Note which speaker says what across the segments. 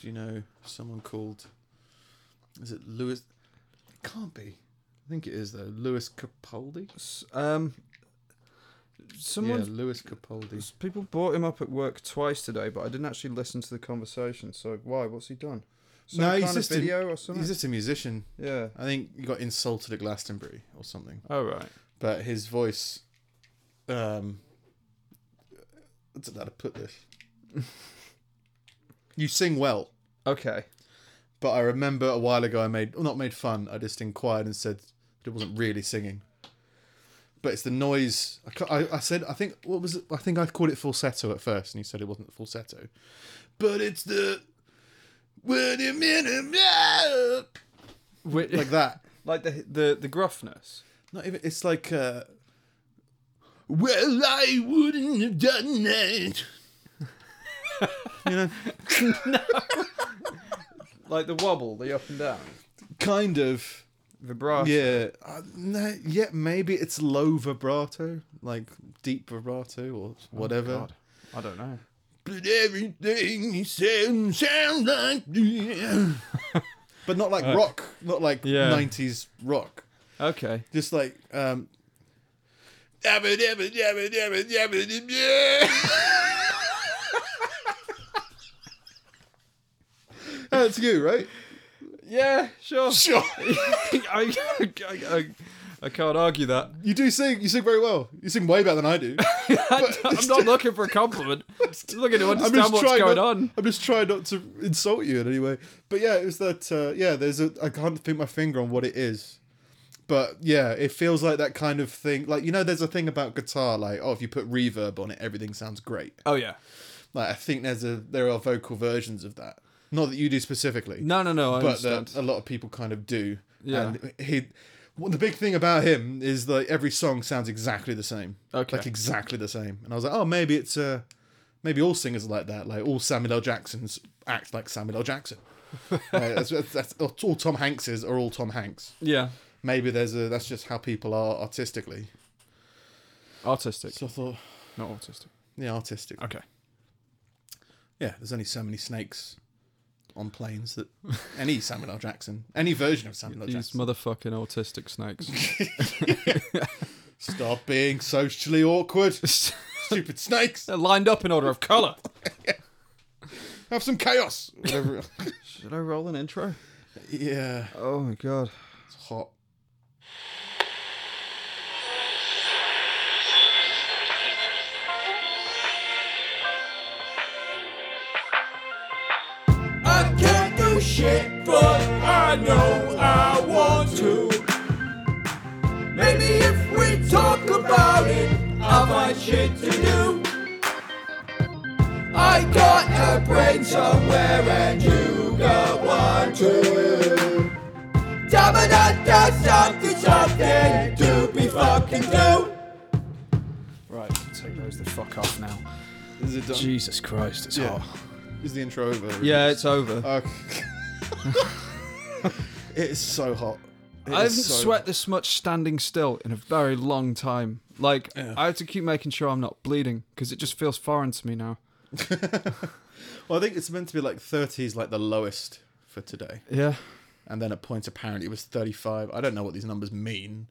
Speaker 1: Do you know someone called? Is it Lewis? It can't be. I think it is though. Lewis Capaldi.
Speaker 2: S- Um, someone,
Speaker 1: yeah, Lewis Capaldi.
Speaker 2: s- people brought him up at work twice today, but I didn't actually listen to the conversation. So why? What's he done? Some
Speaker 1: No,
Speaker 2: kind
Speaker 1: he's
Speaker 2: of
Speaker 1: just in-
Speaker 2: video or something.
Speaker 1: He's just a musician.
Speaker 2: yeah.
Speaker 1: I think he got insulted at Glastonbury or something.
Speaker 2: All Oh, right.
Speaker 1: But his voice, um, I don't know how to put this. you sing well,
Speaker 2: Okay.
Speaker 1: but I remember a while ago I made well, not made fun. I just inquired and said that it wasn't really singing. But it's the noise. I, ca- I, I said I think what was it? I think I called it falsetto at first, and you said it wasn't falsetto. But it's the when you
Speaker 2: Wait,
Speaker 1: like
Speaker 2: like,
Speaker 1: that.
Speaker 2: the the the gruffness.
Speaker 1: Not even. It's like. Uh, well, I wouldn't have done that. you know,
Speaker 2: Like the wobble, the up and down,
Speaker 1: kind of.
Speaker 2: vibrato.
Speaker 1: Yeah. Uh, no, yeah. Maybe it's low vibrato, like deep vibrato or whatever.
Speaker 2: God. I don't know.
Speaker 1: But everything he said sounds like. but not like rock. Not like
Speaker 2: Yeah.
Speaker 1: nineties rock.
Speaker 2: Okay.
Speaker 1: Just like. um Dabba dabba dabba dabba dabba dabba. That's you, right?
Speaker 2: Yeah. Sure.
Speaker 1: Sure.
Speaker 2: I, I, I, I can't argue that.
Speaker 1: You do sing. You sing very well. You sing way better than I do.
Speaker 2: I'm not looking for a compliment. I'm looking to understand what's
Speaker 1: trying
Speaker 2: going
Speaker 1: not,
Speaker 2: on.
Speaker 1: I'm just trying not to insult you in any way. But yeah, it was that. Uh, yeah, there's a. I can't put my finger on what it is. But yeah, it feels like that kind of thing. Like you know, there's a thing about guitar. Like oh, if you put reverb on it, everything sounds great.
Speaker 2: Oh yeah.
Speaker 1: Like I think there's a there are vocal versions of that. Not that you do specifically,
Speaker 2: No, no, no. I
Speaker 1: but
Speaker 2: understand.
Speaker 1: that a lot of people kind of do.
Speaker 2: Yeah.
Speaker 1: And he, well, the big thing about him is that every song sounds exactly the same.
Speaker 2: Okay.
Speaker 1: Like exactly the same. And I was like, oh, maybe it's uh, maybe all singers are like that. Like all Samuel L. Jacksons act like Samuel L. Jackson. Like, that's, that's, that's all Tom Hankses are all Tom Hanks.
Speaker 2: yeah.
Speaker 1: Maybe there's a that's just how people are artistically.
Speaker 2: Artistic,
Speaker 1: So I thought,
Speaker 2: not autistic.
Speaker 1: yeah, artistic.
Speaker 2: Okay.
Speaker 1: Yeah, there's only so many snakes on planes that any Samuel L. Jackson, any version of Samuel L.
Speaker 2: These
Speaker 1: Jackson.
Speaker 2: motherfucking autistic snakes.
Speaker 1: Stop being socially awkward. Stupid snakes.
Speaker 2: They're lined up in order of colour.
Speaker 1: Have some chaos. Whatever.
Speaker 2: Should I roll an intro?
Speaker 1: yeah,
Speaker 2: Oh my god.
Speaker 1: it's hot.
Speaker 3: I can't do shit, but I know I want to. Maybe if we talk about it, I'll find shit to do. I got a brain somewhere and you got one too. Da ba da da something something to be fucking do.
Speaker 2: Right, take those the fuck off now.
Speaker 1: Is it done?
Speaker 2: Jesus Christ, it's
Speaker 1: Yeah.
Speaker 2: hot.
Speaker 1: Is the intro over?
Speaker 2: Yeah, it's over.
Speaker 1: Okay. it is so hot. It
Speaker 2: I haven't
Speaker 1: is so-
Speaker 2: sweat this much standing still in a very long time. Like I have to keep making sure I'm not bleeding because it just feels foreign to me now.
Speaker 1: Well, I think it's meant to be like 30s, like the lowest for today.
Speaker 2: Yeah.
Speaker 1: And then at points, apparently, it was 35. I don't know what these numbers mean,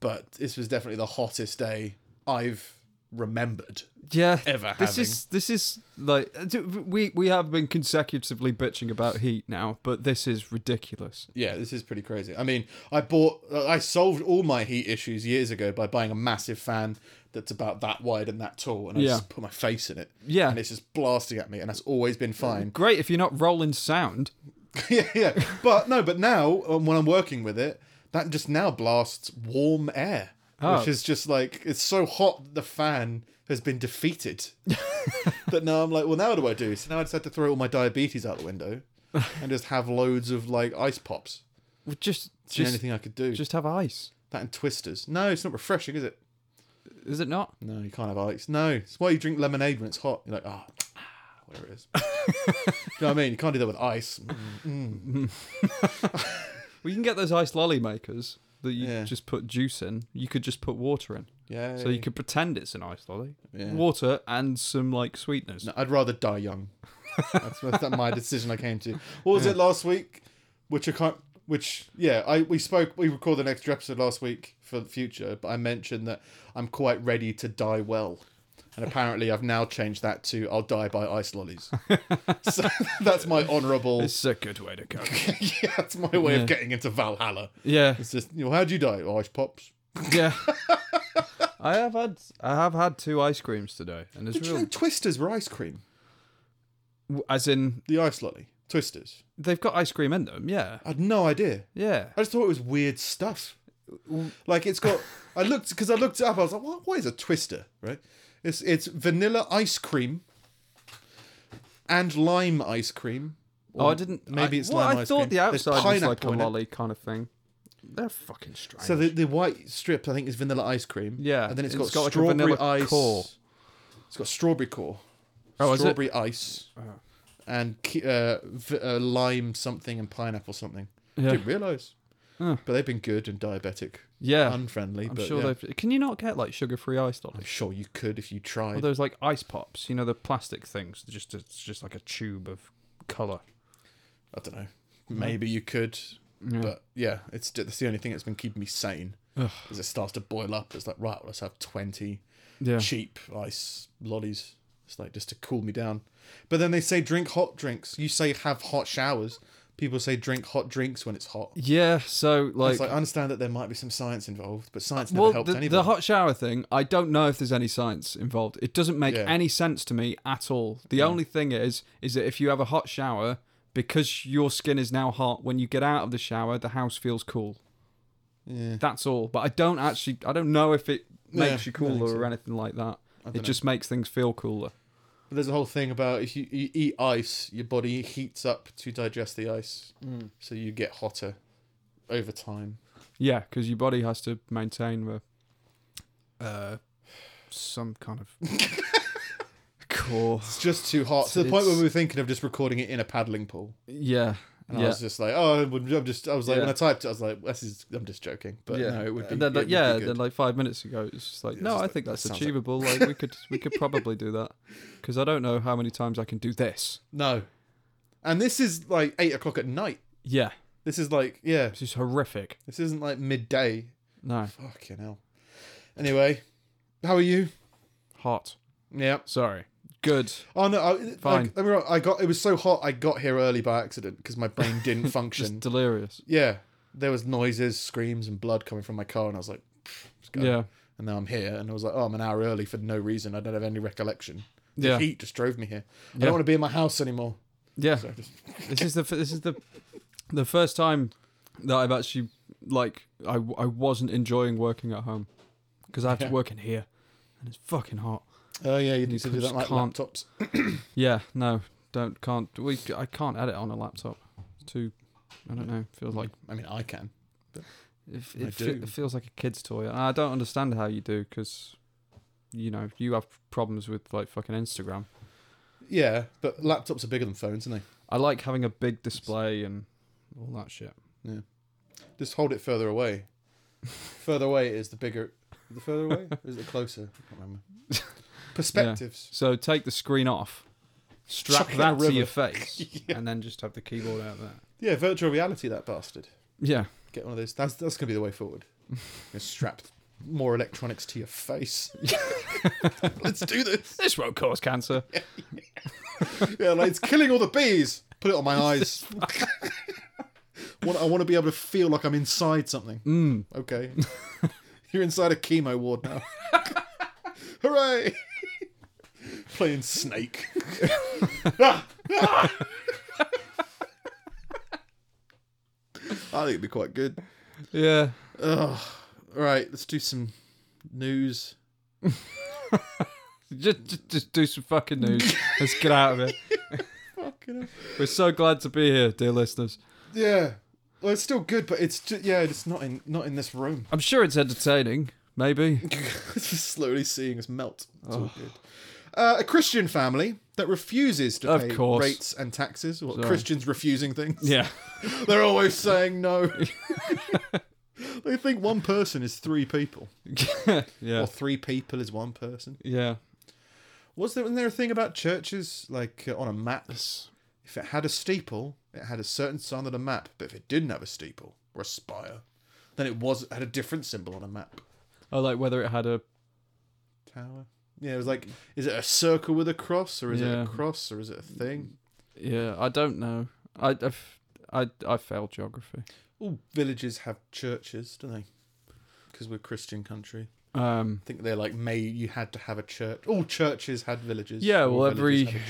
Speaker 1: but this was definitely the hottest day I've remembered.
Speaker 2: Yeah.
Speaker 1: Ever
Speaker 2: This
Speaker 1: having.
Speaker 2: is this is like uh, d- we we have been consecutively bitching about heat now, but this is ridiculous.
Speaker 1: Yeah, this is pretty crazy. I mean, I bought, uh, I solved all my heat issues years ago by buying a massive fan that's about that wide and that tall, and I
Speaker 2: Yeah.
Speaker 1: just put my face in it.
Speaker 2: Yeah.
Speaker 1: and it's just blasting at me, and that's always been fine.
Speaker 2: Great if you're not rolling sound.
Speaker 1: yeah, yeah. But no, but now um, when I'm working with it, that just now blasts warm air,
Speaker 2: Oh.
Speaker 1: which is just like it's so hot. that The fan has been defeated. that now I'm like, well, now what do I do? So now I just had to throw all my diabetes out the window and just have loads of like ice pops.
Speaker 2: Well, Just
Speaker 1: It's the
Speaker 2: just
Speaker 1: only thing I could do.
Speaker 2: just have ice.
Speaker 1: That and Twisters. No, it's not refreshing, is it?
Speaker 2: Is it not?
Speaker 1: No, you can't have ice. No, it's why you drink lemonade when it's hot. You're like, ah, ah," whatever it is. you know what I mean? You can't do that with ice. Mm,
Speaker 2: We can get those ice lolly makers that you
Speaker 1: Yeah.
Speaker 2: just put juice in. You could just put water in.
Speaker 1: Yeah.
Speaker 2: So you could pretend it's an ice lolly.
Speaker 1: Yeah.
Speaker 2: Water and some like sweeteners.
Speaker 1: I'd rather die young. That's, that's not my decision I came to. What was it last week? Which I can't. Which yeah, I we spoke. We recorded an extra episode last week for the future, but I mentioned that I'm quite ready to die well, and apparently I've now changed that to I'll die by ice lollies. so that's my honourable.
Speaker 2: It's a good way to go.
Speaker 1: yeah, that's my way of getting into Valhalla.
Speaker 2: yeah,
Speaker 1: It's just you know, how'd you die? Ice pops.
Speaker 2: yeah. I have had I have had two ice creams today, and it's
Speaker 1: Did you know
Speaker 2: real.
Speaker 1: Twisters were ice cream?
Speaker 2: As in,
Speaker 1: The ice lolly. Twisters.
Speaker 2: they've got ice cream in them. Yeah,
Speaker 1: I had no idea.
Speaker 2: yeah.
Speaker 1: I just thought it was weird stuff. Like it's got. I looked because I looked it up. I was like, what, what is a twister? Right? It's it's vanilla ice cream and lime ice cream.
Speaker 2: Oh, I didn't.
Speaker 1: maybe
Speaker 2: I,
Speaker 1: it's
Speaker 2: well,
Speaker 1: lime
Speaker 2: I
Speaker 1: ice
Speaker 2: thought
Speaker 1: cream.
Speaker 2: the
Speaker 1: There's
Speaker 2: outside was like a
Speaker 1: pineapple in it.
Speaker 2: lolly kind of thing. They're fucking strange.
Speaker 1: So the, the white strip, I think, is vanilla ice cream.
Speaker 2: Yeah,
Speaker 1: and then it's
Speaker 2: it's
Speaker 1: got,
Speaker 2: got like a
Speaker 1: strawberry
Speaker 2: vanilla
Speaker 1: ice.
Speaker 2: core.
Speaker 1: It's got strawberry core.
Speaker 2: Oh, is it? Uh-huh.
Speaker 1: strawberry ice and ki- uh, v- uh, lime something and pineapple something.
Speaker 2: Yeah.
Speaker 1: Didn't realize,
Speaker 2: Oh.
Speaker 1: but they've been good and diabetic,
Speaker 2: yeah, I'm,
Speaker 1: unfriendly. but
Speaker 2: sure
Speaker 1: yeah.
Speaker 2: they've. Can you not get like sugar-free ice lollies?
Speaker 1: I'm sure you could if you
Speaker 2: Or
Speaker 1: tried.
Speaker 2: those like ice pops, you know, the plastic things. they're Just it's just like a tube of color.
Speaker 1: I don't know. Maybe you could,
Speaker 2: Yeah.
Speaker 1: but yeah, it's that's the only thing that's been keeping me sane. As it starts to boil up, it's like right, let's have twenty
Speaker 2: Yeah.
Speaker 1: cheap ice lollies. It's like just to cool me down. But then they say drink hot drinks. You say have hot showers. People say drink hot drinks when it's hot.
Speaker 2: Yeah. So like,
Speaker 1: It's like I understand that there might be some science involved, but science never
Speaker 2: well,
Speaker 1: helped
Speaker 2: the,
Speaker 1: anybody.
Speaker 2: the hot shower thing. I don't know if there's any science involved. It doesn't make
Speaker 1: Yeah.
Speaker 2: any sense to me at all. The only thing is, is that if you have a hot shower, because your skin is now hot, when you get out of the shower, the house feels cool.
Speaker 1: Yeah.
Speaker 2: That's all. But I don't actually. I don't know if it makes
Speaker 1: Yeah,
Speaker 2: you
Speaker 1: I don't
Speaker 2: cooler
Speaker 1: think
Speaker 2: or anything like that. It
Speaker 1: dunno.
Speaker 2: just makes things feel cooler.
Speaker 1: But there's a whole thing about if you, you eat ice, your body heats up to digest the ice,
Speaker 2: Mm.
Speaker 1: so you get hotter over time.
Speaker 2: Yeah, because your body has to maintain the uh, some kind of core.
Speaker 1: It's just too hot to the
Speaker 2: It's-
Speaker 1: point where we were thinking of just recording it in a paddling pool,
Speaker 2: Yeah,
Speaker 1: and I
Speaker 2: yeah,
Speaker 1: was just like, oh, I'm just. I was like,
Speaker 2: Yeah.
Speaker 1: when I typed it, I was like, this is. I'm just joking, but
Speaker 2: yeah.
Speaker 1: no, it would be.
Speaker 2: And then,
Speaker 1: it
Speaker 2: like,
Speaker 1: would be
Speaker 2: yeah,
Speaker 1: good.
Speaker 2: then like five minutes ago, it's just like,
Speaker 1: Yeah,
Speaker 2: no,
Speaker 1: it's
Speaker 2: I
Speaker 1: just
Speaker 2: think
Speaker 1: like,
Speaker 2: that's
Speaker 1: that sounds like-
Speaker 2: achievable. Like... we could, we could probably do that. Because I don't know how many times I can do this.
Speaker 1: no, and this is like eight o'clock at night.
Speaker 2: Yeah,
Speaker 1: This is like, yeah,
Speaker 2: this is horrific.
Speaker 1: this isn't like midday.
Speaker 2: No,
Speaker 1: Fucking hell. Anyway, how are you?
Speaker 2: hot.
Speaker 1: Yeah.
Speaker 2: Sorry. Good.
Speaker 1: Oh no! I,
Speaker 2: Fine.
Speaker 1: Like, let me wrong, I got it was so hot. I got here early by accident because my brain didn't
Speaker 2: Just
Speaker 1: function.
Speaker 2: delirious.
Speaker 1: yeah, there was noises, screams, and blood coming from my car, and I was like, "Pff, let's go."
Speaker 2: Yeah.
Speaker 1: And now I'm here, and I was like, oh, I'm an hour early for no reason. I don't have any recollection. The
Speaker 2: Yeah.
Speaker 1: heat just drove me here. I
Speaker 2: Yeah.
Speaker 1: don't want to be in my house anymore.
Speaker 2: Yeah.
Speaker 1: So I just,
Speaker 2: this is the f- this is the the first time that I've actually like I I wasn't enjoying working at home because I have
Speaker 1: Yeah.
Speaker 2: to work in here and it's fucking hot.
Speaker 1: oh yeah, you need to
Speaker 2: You
Speaker 1: do that
Speaker 2: just
Speaker 1: like
Speaker 2: can't-
Speaker 1: laptops.
Speaker 2: Yeah, no, don't can't we I can't edit on a laptop. It's too I don't know. Feels like
Speaker 1: I mean, I can.
Speaker 2: it,
Speaker 1: I
Speaker 2: it, fe-
Speaker 1: do.
Speaker 2: it feels like a kid's toy. And I don't understand how you do because you know you have problems with like fucking Instagram.
Speaker 1: Yeah, but laptops are bigger than phones, aren't
Speaker 2: I like having a big display and all that shit.
Speaker 1: they? Just hold it further away. further away is the bigger. The further away or is it closer? I can't remember. Perspectives.
Speaker 2: So take the screen off, strap
Speaker 1: Chuck it
Speaker 2: that
Speaker 1: in a
Speaker 2: to
Speaker 1: river.
Speaker 2: your face, and then just have the keyboard out there.
Speaker 1: Yeah, virtual reality, that bastard.
Speaker 2: Yeah,
Speaker 1: Get one of those. That's that's gonna be the way forward. Gonna strap more electronics to your face. Let's do this.
Speaker 2: this won't cause cancer.
Speaker 1: Yeah, like it's killing all the bees. Put it on my eyes. Want- I want to be able to feel like I'm inside something.
Speaker 2: Mm.
Speaker 1: Okay, you're inside a chemo ward now. Hooray! Playing Snake. Ah! Ah! I think it'd be quite good.
Speaker 2: Yeah,
Speaker 1: Ugh. All right, let's do some news.
Speaker 2: just, just just do some fucking news. Let's get out of it. We're so glad to be here, dear listeners.
Speaker 1: Yeah. Well, it's still good, but it's just, yeah, it's not in not in this room.
Speaker 2: I'm sure it's entertaining. Maybe.
Speaker 1: it's just slowly seeing us melt. It's all good. Uh, a Christian family that refuses to
Speaker 2: Of
Speaker 1: pay
Speaker 2: course.
Speaker 1: rates and taxes. Well, Christians refusing things.
Speaker 2: Yeah.
Speaker 1: They're always saying no. they think one person is three people,
Speaker 2: yeah.
Speaker 1: or three people is one person.
Speaker 2: Yeah.
Speaker 1: Was there, wasn't there a thing about churches, like uh, on a map? If it had a steeple, it had a certain sign on a map, but if it didn't have a steeple or a spire, then it was had a different symbol on a map.
Speaker 2: Oh, like whether it had a
Speaker 1: Tower. Yeah, it was like, is it a circle with a cross, or is it
Speaker 2: Mm. Yeah.
Speaker 1: a cross, or is it a thing?
Speaker 2: yeah, I don't know. I I've, I I failed geography.
Speaker 1: All villages have churches, don't they? Because we're a Christian country.
Speaker 2: Um,
Speaker 1: I think they're like made. You had to have a church. All churches had villages.
Speaker 2: yeah,
Speaker 1: All
Speaker 2: well every
Speaker 1: villages had a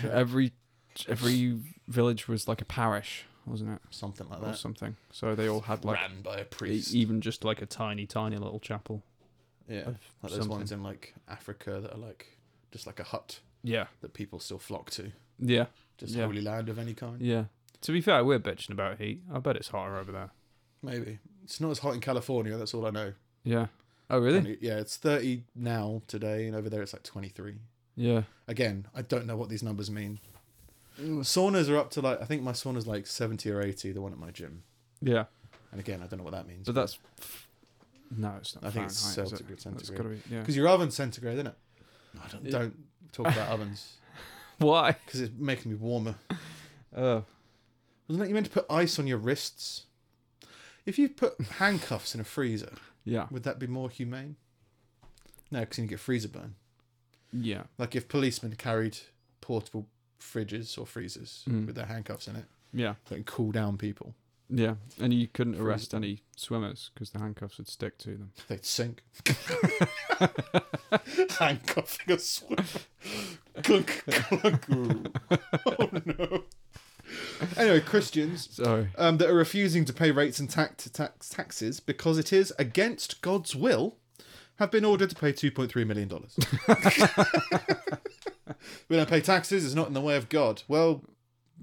Speaker 1: church.
Speaker 2: every every village was like a parish, wasn't it,
Speaker 1: something like
Speaker 2: or
Speaker 1: that.
Speaker 2: something? So they all had like
Speaker 1: ran by a
Speaker 2: e-
Speaker 1: priest.
Speaker 2: even just like a tiny tiny little chapel.
Speaker 1: yeah, like those
Speaker 2: something.
Speaker 1: ones in like Africa that are like just like a hut
Speaker 2: Yeah,
Speaker 1: that people still flock to.
Speaker 2: yeah,
Speaker 1: Just
Speaker 2: Yeah.
Speaker 1: holy land of any kind.
Speaker 2: yeah. To be fair, we're bitching about heat. I bet it's hotter over there.
Speaker 1: Maybe it's not as hot in California. That's all I know.
Speaker 2: Yeah. Oh really?
Speaker 1: And it- yeah, it's thirty now today, and over there it's like twenty three.
Speaker 2: Yeah.
Speaker 1: Again, I don't know what these numbers mean. Saunas are up to like I think my sauna's like seventy or eighty, the one at my gym.
Speaker 2: Yeah.
Speaker 1: And again, I don't know what that means.
Speaker 2: But that's no, it's not.
Speaker 1: I think
Speaker 2: Fahrenheit,
Speaker 1: it's
Speaker 2: is
Speaker 1: Celsius
Speaker 2: it? That's
Speaker 1: centigrade.
Speaker 2: gotta be yeah.
Speaker 1: because your oven's centigrade, isn't it? I don't,
Speaker 2: Yeah.
Speaker 1: don't talk about ovens
Speaker 2: Why?
Speaker 1: because it's making me warmer.
Speaker 2: Oh.
Speaker 1: Wasn't it you meant to put ice on your wrists? If you put handcuffs in a freezer,
Speaker 2: Yeah.
Speaker 1: would that be more humane? No, because you get freezer burn.
Speaker 2: Yeah.
Speaker 1: Like if policemen carried portable fridges or freezers
Speaker 2: Mm.
Speaker 1: with their handcuffs in it
Speaker 2: Yeah.
Speaker 1: that can cool down people,
Speaker 2: Yeah. And you couldn't
Speaker 1: Freeze
Speaker 2: arrest any swimmers because the handcuffs would stick to them.
Speaker 1: they'd sink. Handcuffing a swimmer. Clunk, clunk. Ooh. Oh no. Anyway, Christians,
Speaker 2: So
Speaker 1: um, that are refusing to pay rates and tax, tax taxes because it is against God's will have been ordered to pay $2.3 million. we don't pay taxes, it's not in the way of God. Well,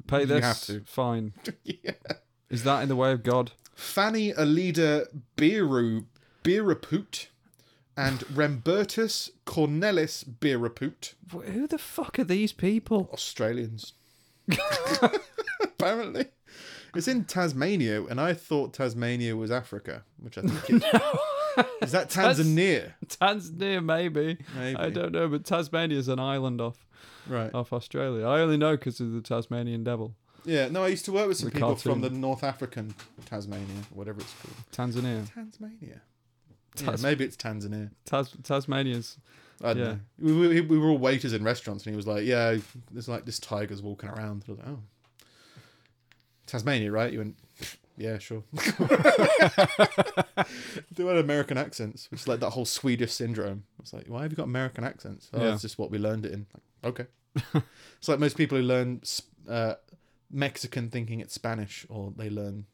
Speaker 2: pay
Speaker 1: You
Speaker 2: this.
Speaker 1: have to.
Speaker 2: Fine.
Speaker 1: yeah.
Speaker 2: Is that in the way of God?
Speaker 1: Fanny Alida Biru, Biraput and Rembertus Cornelis Biraput,
Speaker 2: Wh- Who the fuck are these people?
Speaker 1: Australians. Apparently. It's in Tasmania, and I thought Tasmania was Africa, which I think it, is that Tanzania?
Speaker 2: Tanzania, maybe.
Speaker 1: Maybe.
Speaker 2: I don't know, but Tasmania's an island off
Speaker 1: Right.
Speaker 2: off Australia. I only know because of the Tasmanian devil.
Speaker 1: Yeah, no, I used to work with some
Speaker 2: The
Speaker 1: people from
Speaker 2: cartoon.
Speaker 1: the North African Tasmania, whatever it's called.
Speaker 2: Tanzania.
Speaker 1: Tasmania.
Speaker 2: Tas-
Speaker 1: yeah, maybe it's Tanzania.
Speaker 2: Tas- Tasmanians.
Speaker 1: I don't
Speaker 2: Yeah.
Speaker 1: know. We, we, we were all waiters in restaurants, and he was like, "Yeah, there's like this tiger's walking around." I was like, "Oh, Tasmania, right?" You went, "Yeah, sure." they had American accents, which is like that whole Swedish syndrome. It's like, why have you got American accents? Oh,
Speaker 2: Yeah.
Speaker 1: it's just what we learned it in. Like, okay, it's like most people who learn uh, Mexican thinking it's Spanish, or they learn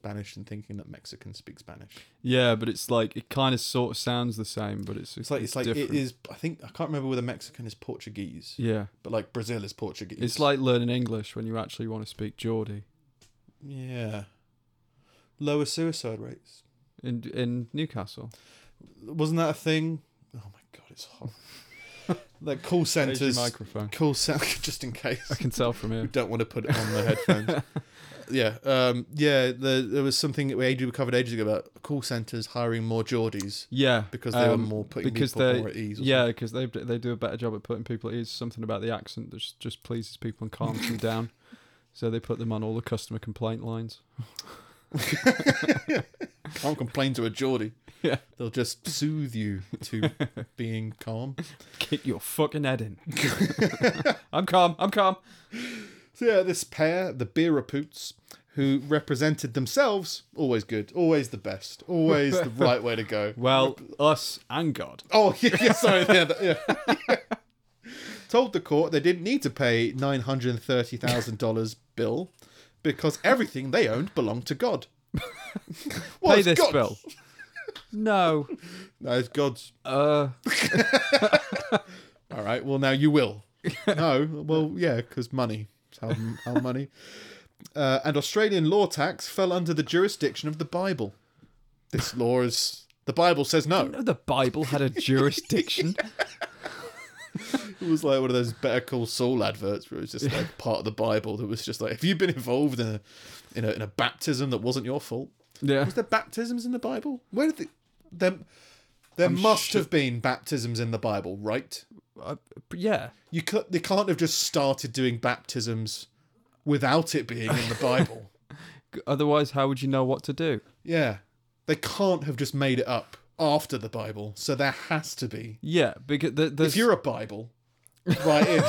Speaker 1: Spanish and thinking that Mexicans speak Spanish.
Speaker 2: Yeah, but it's like it kind of sort of sounds the same, but it's
Speaker 1: It's like it's, like
Speaker 2: different.
Speaker 1: it is. I think I can't remember whether Mexican is Portuguese.
Speaker 2: Yeah,
Speaker 1: But like Brazil is Portuguese.
Speaker 2: it's like learning English when you actually want to speak Geordie.
Speaker 1: yeah, lower suicide rates.
Speaker 2: In in Newcastle,
Speaker 1: Wasn't that a thing? Oh my god, it's hot. like call
Speaker 2: There's your
Speaker 1: centers,
Speaker 2: microphone.
Speaker 1: call center, just in
Speaker 2: I
Speaker 1: case.
Speaker 2: can tell from
Speaker 1: We
Speaker 2: here.
Speaker 1: don't want to put it on the headphones. yeah, um, yeah. The, there was something that we ag- we covered ages ago about call centers hiring more Geordies
Speaker 2: Yeah,
Speaker 1: because they were
Speaker 2: um,
Speaker 1: more putting
Speaker 2: because
Speaker 1: people
Speaker 2: they-
Speaker 1: more at ease. Or
Speaker 2: Yeah, because they they do a better job at putting people at ease. Something about the accent that just, just pleases people and calms them down. So they put them on all the customer complaint lines.
Speaker 1: something. can't complain to a Geordie.
Speaker 2: Yeah.
Speaker 1: they'll just soothe you to being calm.
Speaker 2: Kick your fucking head in. I'm calm. I'm calm.
Speaker 1: So yeah, this pair, the Beerapoots, who represented themselves, always good, always the best, always the right way to go.
Speaker 2: Well, us and God.
Speaker 1: Oh yeah, yeah, sorry, yeah, that- yeah. Told the court they didn't need to pay nine hundred and thirty thousand dollars bill because everything they owned belonged to God. well,
Speaker 2: Pay
Speaker 1: it's
Speaker 2: this
Speaker 1: God's.
Speaker 2: bill. No.
Speaker 1: No, it's God's.
Speaker 2: Uh.
Speaker 1: All right. Well, now you will. no. Well, yeah, because money. It's How, how money. Uh, and Australian law tax fell under the jurisdiction of the Bible. This law is. The Bible says no.
Speaker 2: No, the Bible had a jurisdiction.
Speaker 1: It was like one of those Better Call Saul adverts where it was just like part of the Bible that was just like, have you been involved in a, in a, in a baptism that wasn't your fault?
Speaker 2: yeah.
Speaker 1: Was there baptisms in the Bible? Where did the. Them, There must have been baptisms in the Bible, right?
Speaker 2: Uh, yeah.
Speaker 1: You could, they can't have just started doing baptisms without it being in the Bible.
Speaker 2: Otherwise, how would you know what to do?
Speaker 1: yeah. They can't have just made it up after the Bible, so there has to be.
Speaker 2: Yeah, because the,
Speaker 1: If you're a Bible, right in.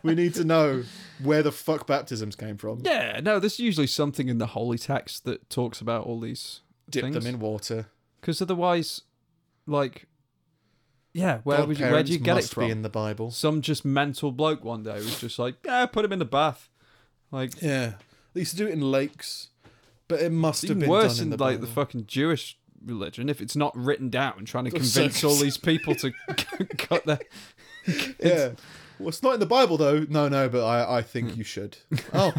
Speaker 1: we need to know where the fuck baptisms came from.
Speaker 2: yeah, no, there's usually something in the holy text that talks about all these
Speaker 1: Dip
Speaker 2: things.
Speaker 1: them in water.
Speaker 2: Because otherwise, like, yeah, where would you, where
Speaker 1: Godparents
Speaker 2: do you get it
Speaker 1: must
Speaker 2: from?
Speaker 1: be in the Bible.
Speaker 2: Some just mental bloke one day was just like, yeah, put him in the bath. Like,
Speaker 1: Yeah. They used to do it in lakes, but it must have
Speaker 2: even
Speaker 1: been
Speaker 2: worse
Speaker 1: done
Speaker 2: in,
Speaker 1: in the
Speaker 2: like the
Speaker 1: Bible.
Speaker 2: fucking Jewish religion if it's not written down, trying to
Speaker 1: Those
Speaker 2: convince all
Speaker 1: circus-
Speaker 2: these people to cut their.
Speaker 1: Yeah. Well, it's not in the Bible though. No, no, but I, I think you should. Oh,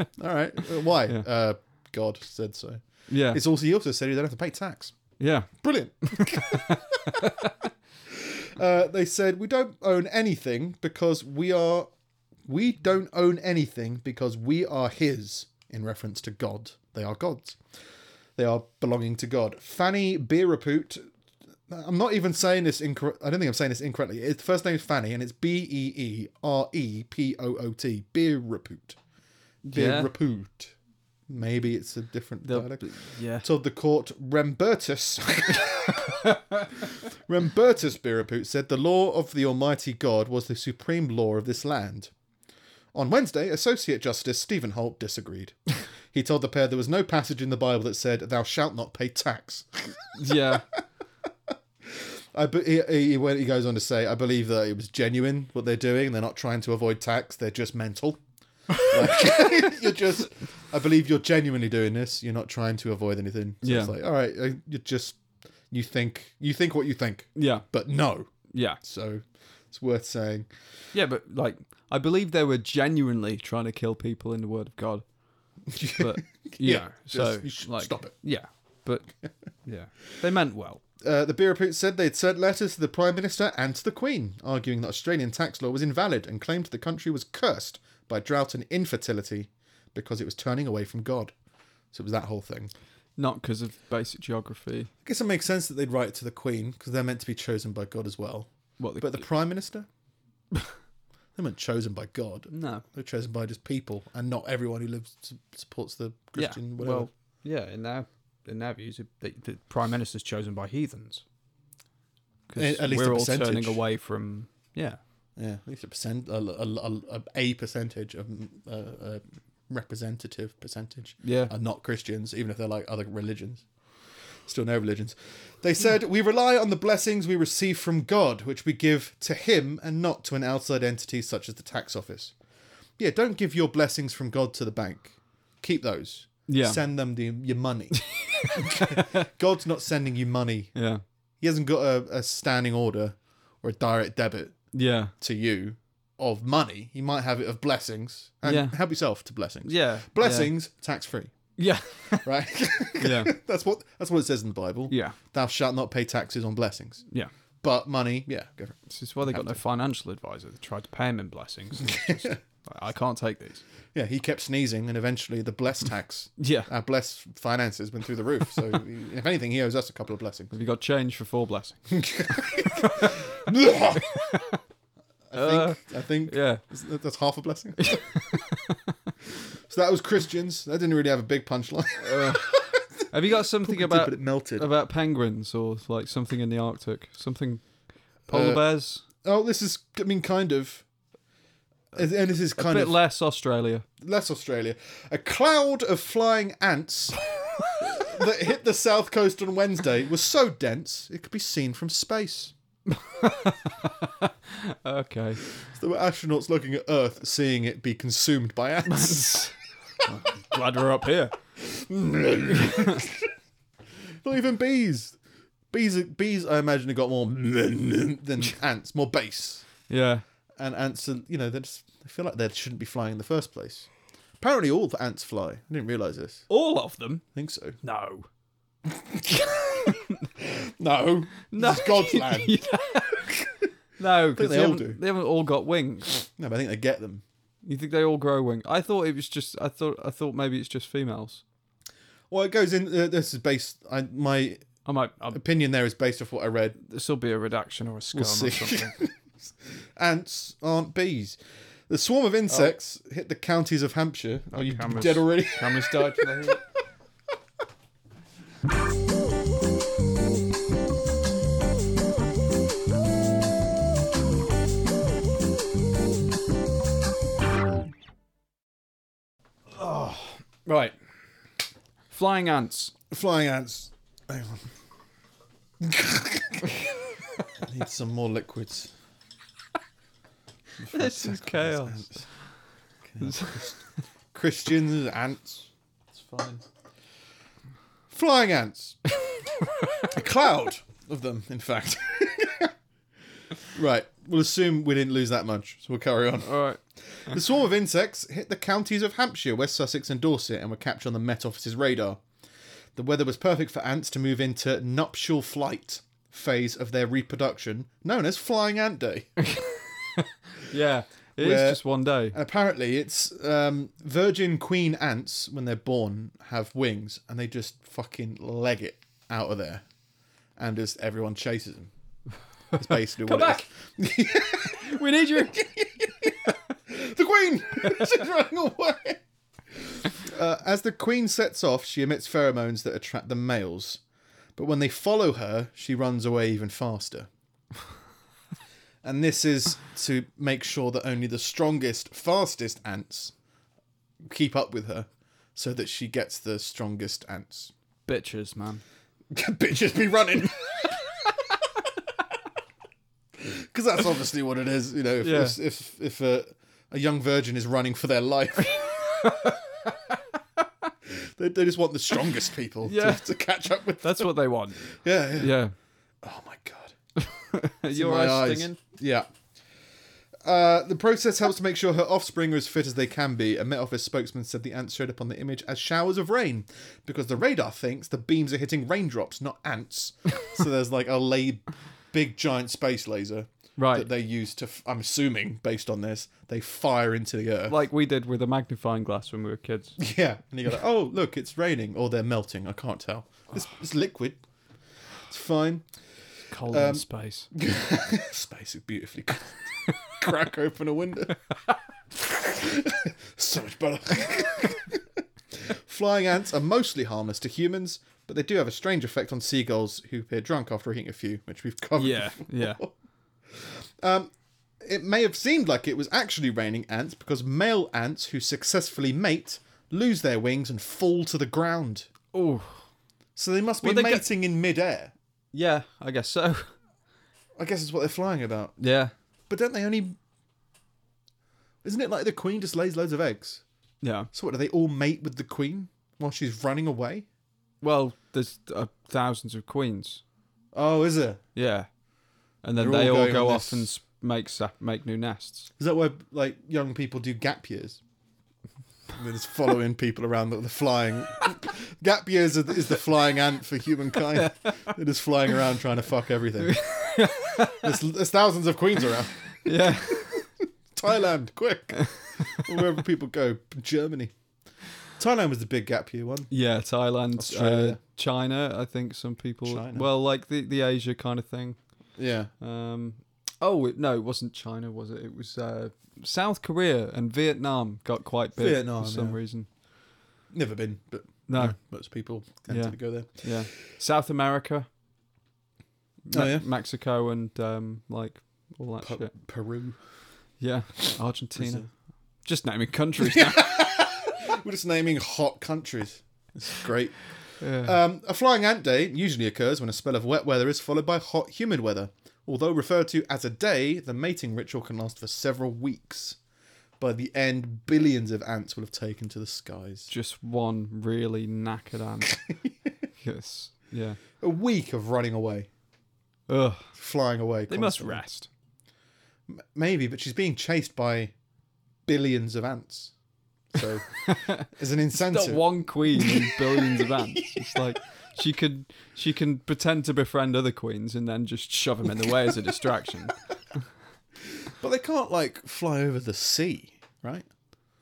Speaker 1: all right. Uh, Why? Uh, God said so.
Speaker 2: Yeah,
Speaker 1: It's also he also said you don't have to pay tax.
Speaker 2: yeah,
Speaker 1: Brilliant. uh, they said we don't own anything because we are we don't own anything because we are his in reference to God. They are gods. They are belonging to God. Fanny Beeraput. I'm not even saying this incorrect. I don't think I'm saying this incorrectly. Its first name is Fanny, and it's B E E R E P O O T. Beeraput.
Speaker 2: Yeah.
Speaker 1: Beeraput. Maybe it's a different dialect
Speaker 2: yeah.
Speaker 1: of the court Rembertus. Rembertus Biraput said the law of the Almighty God was the supreme law of this land. On Wednesday, Associate Justice Stephen Holt disagreed. He told the pair there was no passage in the Bible that said, Thou shalt not pay tax.
Speaker 2: yeah.
Speaker 1: I be- he, he, he went- he goes on to say, I believe that it was genuine what they're doing. They're not trying to avoid tax. They're just mental. Like, you're just. I believe you're genuinely doing this. You're not trying to avoid anything. So
Speaker 2: Yeah.
Speaker 1: It's like, all right, uh, you just you think you think what you think,
Speaker 2: Yeah,
Speaker 1: but no.
Speaker 2: yeah,
Speaker 1: So it's worth saying.
Speaker 2: yeah, but like, I believe they were genuinely trying to kill people in the Word of God, but yeah, so
Speaker 1: just- you should
Speaker 2: like,
Speaker 1: stop it.
Speaker 2: Yeah, but yeah, they meant well.
Speaker 1: Uh, the Biraput said they'd sent letters to the Prime Minister and to the Queen, arguing that Australian tax law was invalid and claimed the country was cursed by drought and infertility because it was turning away from God. So it was that whole thing.
Speaker 2: Not because of basic geography.
Speaker 1: I guess it makes sense that they'd write it to the Queen because they're meant to be chosen by God as well.
Speaker 2: What the,
Speaker 1: But the Prime Minister? they weren't chosen by God.
Speaker 2: no,
Speaker 1: They're chosen by just people and not everyone who lives supports the Christian
Speaker 2: yeah,
Speaker 1: whatever.
Speaker 2: well, yeah, in their in their views, the, the prime minister's chosen by heathens because
Speaker 1: Eh, At- at least
Speaker 2: we're
Speaker 1: a
Speaker 2: all turning
Speaker 1: percentage.
Speaker 2: away from yeah,
Speaker 1: yeah, at least a percent, a, a, a, a percentage of uh, a representative percentage
Speaker 2: Yeah.
Speaker 1: are not Christians, even if they're like other religions. Still no religions. They said, We rely on the blessings we receive from God, which we give to Him and not to an outside entity such as the tax office. Yeah, don't give your blessings from God to the bank. Keep those.
Speaker 2: Yeah.
Speaker 1: Send them the, your money. God's not sending you money.
Speaker 2: yeah,
Speaker 1: He hasn't got a, a standing order or a direct debit
Speaker 2: yeah,
Speaker 1: to you of money. You might have it of blessings. And
Speaker 2: Yeah.
Speaker 1: help yourself to blessings.
Speaker 2: yeah,
Speaker 1: Blessings, tax free.
Speaker 2: yeah,
Speaker 1: Right?
Speaker 2: yeah,
Speaker 1: that's what that's what it says in the Bible.
Speaker 2: yeah,
Speaker 1: Thou shalt not pay taxes on blessings.
Speaker 2: yeah.
Speaker 1: But money, yeah, go for it.
Speaker 2: This is why they got no financial advisor. They tried to pay him in blessings. and it's just, "I- I can't take these.
Speaker 1: Yeah, he kept sneezing and eventually the blessed tax
Speaker 2: Yeah.
Speaker 1: our blessed finances went through the roof. So if anything, he owes us a couple of blessings.
Speaker 2: Have you got change for four blessings?
Speaker 1: I think I think
Speaker 2: Uh, Yeah.
Speaker 1: Is that- That's half a blessing. so that was Christians. That didn't really have a big punchline.
Speaker 2: Have you got something about
Speaker 1: but it melted.
Speaker 2: about penguins or like something in the Arctic? Something polar
Speaker 1: Uh,
Speaker 2: bears?
Speaker 1: Oh, this is, I mean, kind of. And and this is
Speaker 2: A
Speaker 1: kind
Speaker 2: bit
Speaker 1: of
Speaker 2: less Australia.
Speaker 1: less Australia. A cloud of flying ants that hit the south coast on Wednesday was so dense it could be seen from space.
Speaker 2: Okay.
Speaker 1: So there were astronauts looking at Earth, seeing it be consumed by ants.
Speaker 2: Glad we're up here.
Speaker 1: Not even bees. Bees, bees, I imagine, have got more than ants, more bass.
Speaker 2: Yeah.
Speaker 1: And ants, are, you know, they just they feel like they shouldn't be flying in the first place. Apparently, all the ants fly. I didn't realize this.
Speaker 2: All of them?
Speaker 1: I think so.
Speaker 2: No.
Speaker 1: No, no, it's God's land.
Speaker 2: No, because
Speaker 1: they
Speaker 2: they,
Speaker 1: all
Speaker 2: haven't-
Speaker 1: do.
Speaker 2: they haven't all got wings.
Speaker 1: No, but I think they get them.
Speaker 2: You think they all grow wings? I thought it was just I thought I thought maybe it's just females.
Speaker 1: Well, it goes in. Uh, this is based. I, my
Speaker 2: I might. I,
Speaker 1: Opinion there is based off what I read.
Speaker 2: this will be a redaction or a scum
Speaker 1: see.
Speaker 2: or something.
Speaker 1: Ants aren't bees. The swarm of insects hit the counties of Hampshire. Are you
Speaker 2: cameras.
Speaker 1: dead already?
Speaker 2: Cameras died for the heat. oh, right. Flying ants.
Speaker 1: Flying ants. Hang on. I need some more liquids.
Speaker 2: This is chaos.
Speaker 1: Christians, ants. It's fine. Flying ants. a cloud of them, in fact. right. We'll assume we didn't lose that much, so we'll carry on.
Speaker 2: All right.
Speaker 1: The swarm of insects hit the counties of Hampshire, West Sussex, and Dorset and were captured on the Met Office's radar. The weather was perfect for ants to move into nuptial flight phase of their reproduction, known as Flying Ant Day. and
Speaker 2: Yeah. It is
Speaker 1: Where-
Speaker 2: just one day.
Speaker 1: apparently, it's um, virgin queen ants, when they're born, have wings and they just fucking leg it out of there. And just everyone chases them. It's basically
Speaker 2: Come
Speaker 1: what
Speaker 2: back. we need you.
Speaker 1: it is. The queen! She's running away! Uh, as the queen sets off, she emits pheromones that attract the males. But when they follow her, she runs away even faster. and this is to make sure that only the strongest, fastest ants keep up with her so that she gets the strongest ants.
Speaker 2: Bitches, man.
Speaker 1: Bitches be running! Because that's obviously what it is, you know. If
Speaker 2: Yeah.
Speaker 1: if, if, if a, a young virgin is running for their life, they, they just want the strongest people
Speaker 2: Yeah.
Speaker 1: to, to catch up with.
Speaker 2: That's what they want.
Speaker 1: Yeah, yeah.
Speaker 2: Yeah.
Speaker 1: Oh my god.
Speaker 2: Your
Speaker 1: My
Speaker 2: eyes,
Speaker 1: eyes.
Speaker 2: stinging.
Speaker 1: Yeah. Uh, the process helps to make sure her offspring are as fit as they can be. A Met Office spokesman said the ants showed up on the image as showers of rain because the radar thinks the beams are hitting raindrops, not ants. so there's like a la- big giant space laser
Speaker 2: Right.
Speaker 1: that they use to, f- I'm assuming, based on this, they fire into the earth.
Speaker 2: like we did with a magnifying glass when we were kids.
Speaker 1: Yeah, and you go like, oh look, it's raining, or they're melting. I can't tell. It's, it's liquid. It's fine.
Speaker 2: Cold in space.
Speaker 1: Space is beautifully cold. Crack open a window. so much better. Flying ants are mostly harmless to humans, but they do have a strange effect on seagulls who appear drunk after eating a few, which we've covered.
Speaker 2: Yeah, yeah.
Speaker 1: It may have seemed like it was actually raining ants because male ants who successfully mate lose their wings and fall to the ground.
Speaker 2: Oh,
Speaker 1: So they must be
Speaker 2: Well, they get-
Speaker 1: mating in midair.
Speaker 2: yeah. I guess so.
Speaker 1: I guess it's what they're flying about.
Speaker 2: Yeah,
Speaker 1: But don't they only? Isn't it like the queen just lays loads of eggs?
Speaker 2: yeah.
Speaker 1: So what do they all mate with the queen while she's running away?
Speaker 2: Well, there's uh, thousands of queens.
Speaker 1: Oh, is it?
Speaker 2: Yeah, and then
Speaker 1: They're
Speaker 2: they
Speaker 1: all
Speaker 2: all
Speaker 1: going
Speaker 2: go
Speaker 1: on
Speaker 2: off
Speaker 1: this-
Speaker 2: and s- make sa- make new nests.
Speaker 1: Is that why like young people do gap years? They're just following people around the, the flying. Gap years is is the flying ant for humankind. They're just flying around trying to fuck everything. There's, there's thousands of queens around.
Speaker 2: Yeah,
Speaker 1: Thailand, quick! Wherever people go, Germany. Thailand was the big gap year one.
Speaker 2: yeah. Thailand, uh,
Speaker 1: Australia.
Speaker 2: China. I think some people.
Speaker 1: China.
Speaker 2: Well, like the the Asia kind of thing.
Speaker 1: Yeah.
Speaker 2: Um. Oh it, no, it wasn't China, was it? It was uh, South Korea and Vietnam got quite big
Speaker 1: Vietnam,
Speaker 2: for some
Speaker 1: yeah.
Speaker 2: reason.
Speaker 1: Never been, but
Speaker 2: No,
Speaker 1: most people tend
Speaker 2: Yeah.
Speaker 1: to go there.
Speaker 2: yeah. South America,
Speaker 1: Oh, yeah.
Speaker 2: Mexico, and um, like all that shit.
Speaker 1: Peru.
Speaker 2: Yeah, Argentina. Just naming countries. now.
Speaker 1: We're just naming hot countries. It's great.
Speaker 2: Yeah.
Speaker 1: Um, a flying ant day usually occurs when a spell of wet weather is followed by hot, humid weather. Although referred to as a day, the mating ritual can last for several weeks. By the end, billions of ants will have taken to the skies.
Speaker 2: Just one really knackered ant. yes. Yeah.
Speaker 1: A week of running away,
Speaker 2: Ugh.
Speaker 1: flying away.
Speaker 2: They must
Speaker 1: constantly.
Speaker 2: rest.
Speaker 1: Maybe, but she's being chased by billions of ants. So, as an
Speaker 2: Not
Speaker 1: incentive.
Speaker 2: one queen and billions of ants. It's like she could she can pretend to befriend other queens and then just shove them in the way as a distraction.
Speaker 1: But they can't, like, fly over the sea, right?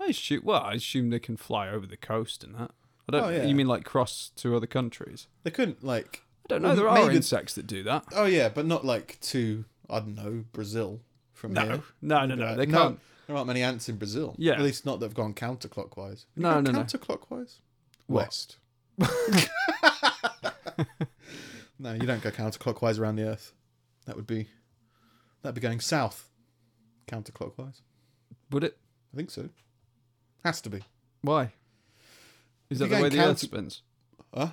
Speaker 2: I assume, well, I assume they can fly over the coast and that. I don't.
Speaker 1: Oh, yeah.
Speaker 2: You mean like cross to other countries?
Speaker 1: They couldn't like
Speaker 2: Don't know. There are
Speaker 1: maybe-
Speaker 2: insects that do that.
Speaker 1: Oh yeah, but not like to I don't know Brazil from here.
Speaker 2: No, no, no.
Speaker 1: Like,
Speaker 2: They can't.
Speaker 1: There aren't many ants in Brazil.
Speaker 2: Yeah.
Speaker 1: at least not that have gone counterclockwise. Have
Speaker 2: No,
Speaker 1: gone
Speaker 2: no, no.
Speaker 1: Counterclockwise.
Speaker 2: What?
Speaker 1: West. no, you don't go counterclockwise around the Earth. That would be that'd be going south, counterclockwise.
Speaker 2: Would it?
Speaker 1: I think so. Has to be.
Speaker 2: Why? Is that
Speaker 1: If
Speaker 2: the
Speaker 1: you
Speaker 2: way
Speaker 1: go
Speaker 2: the Earth
Speaker 1: counter-
Speaker 2: spins?
Speaker 1: Huh?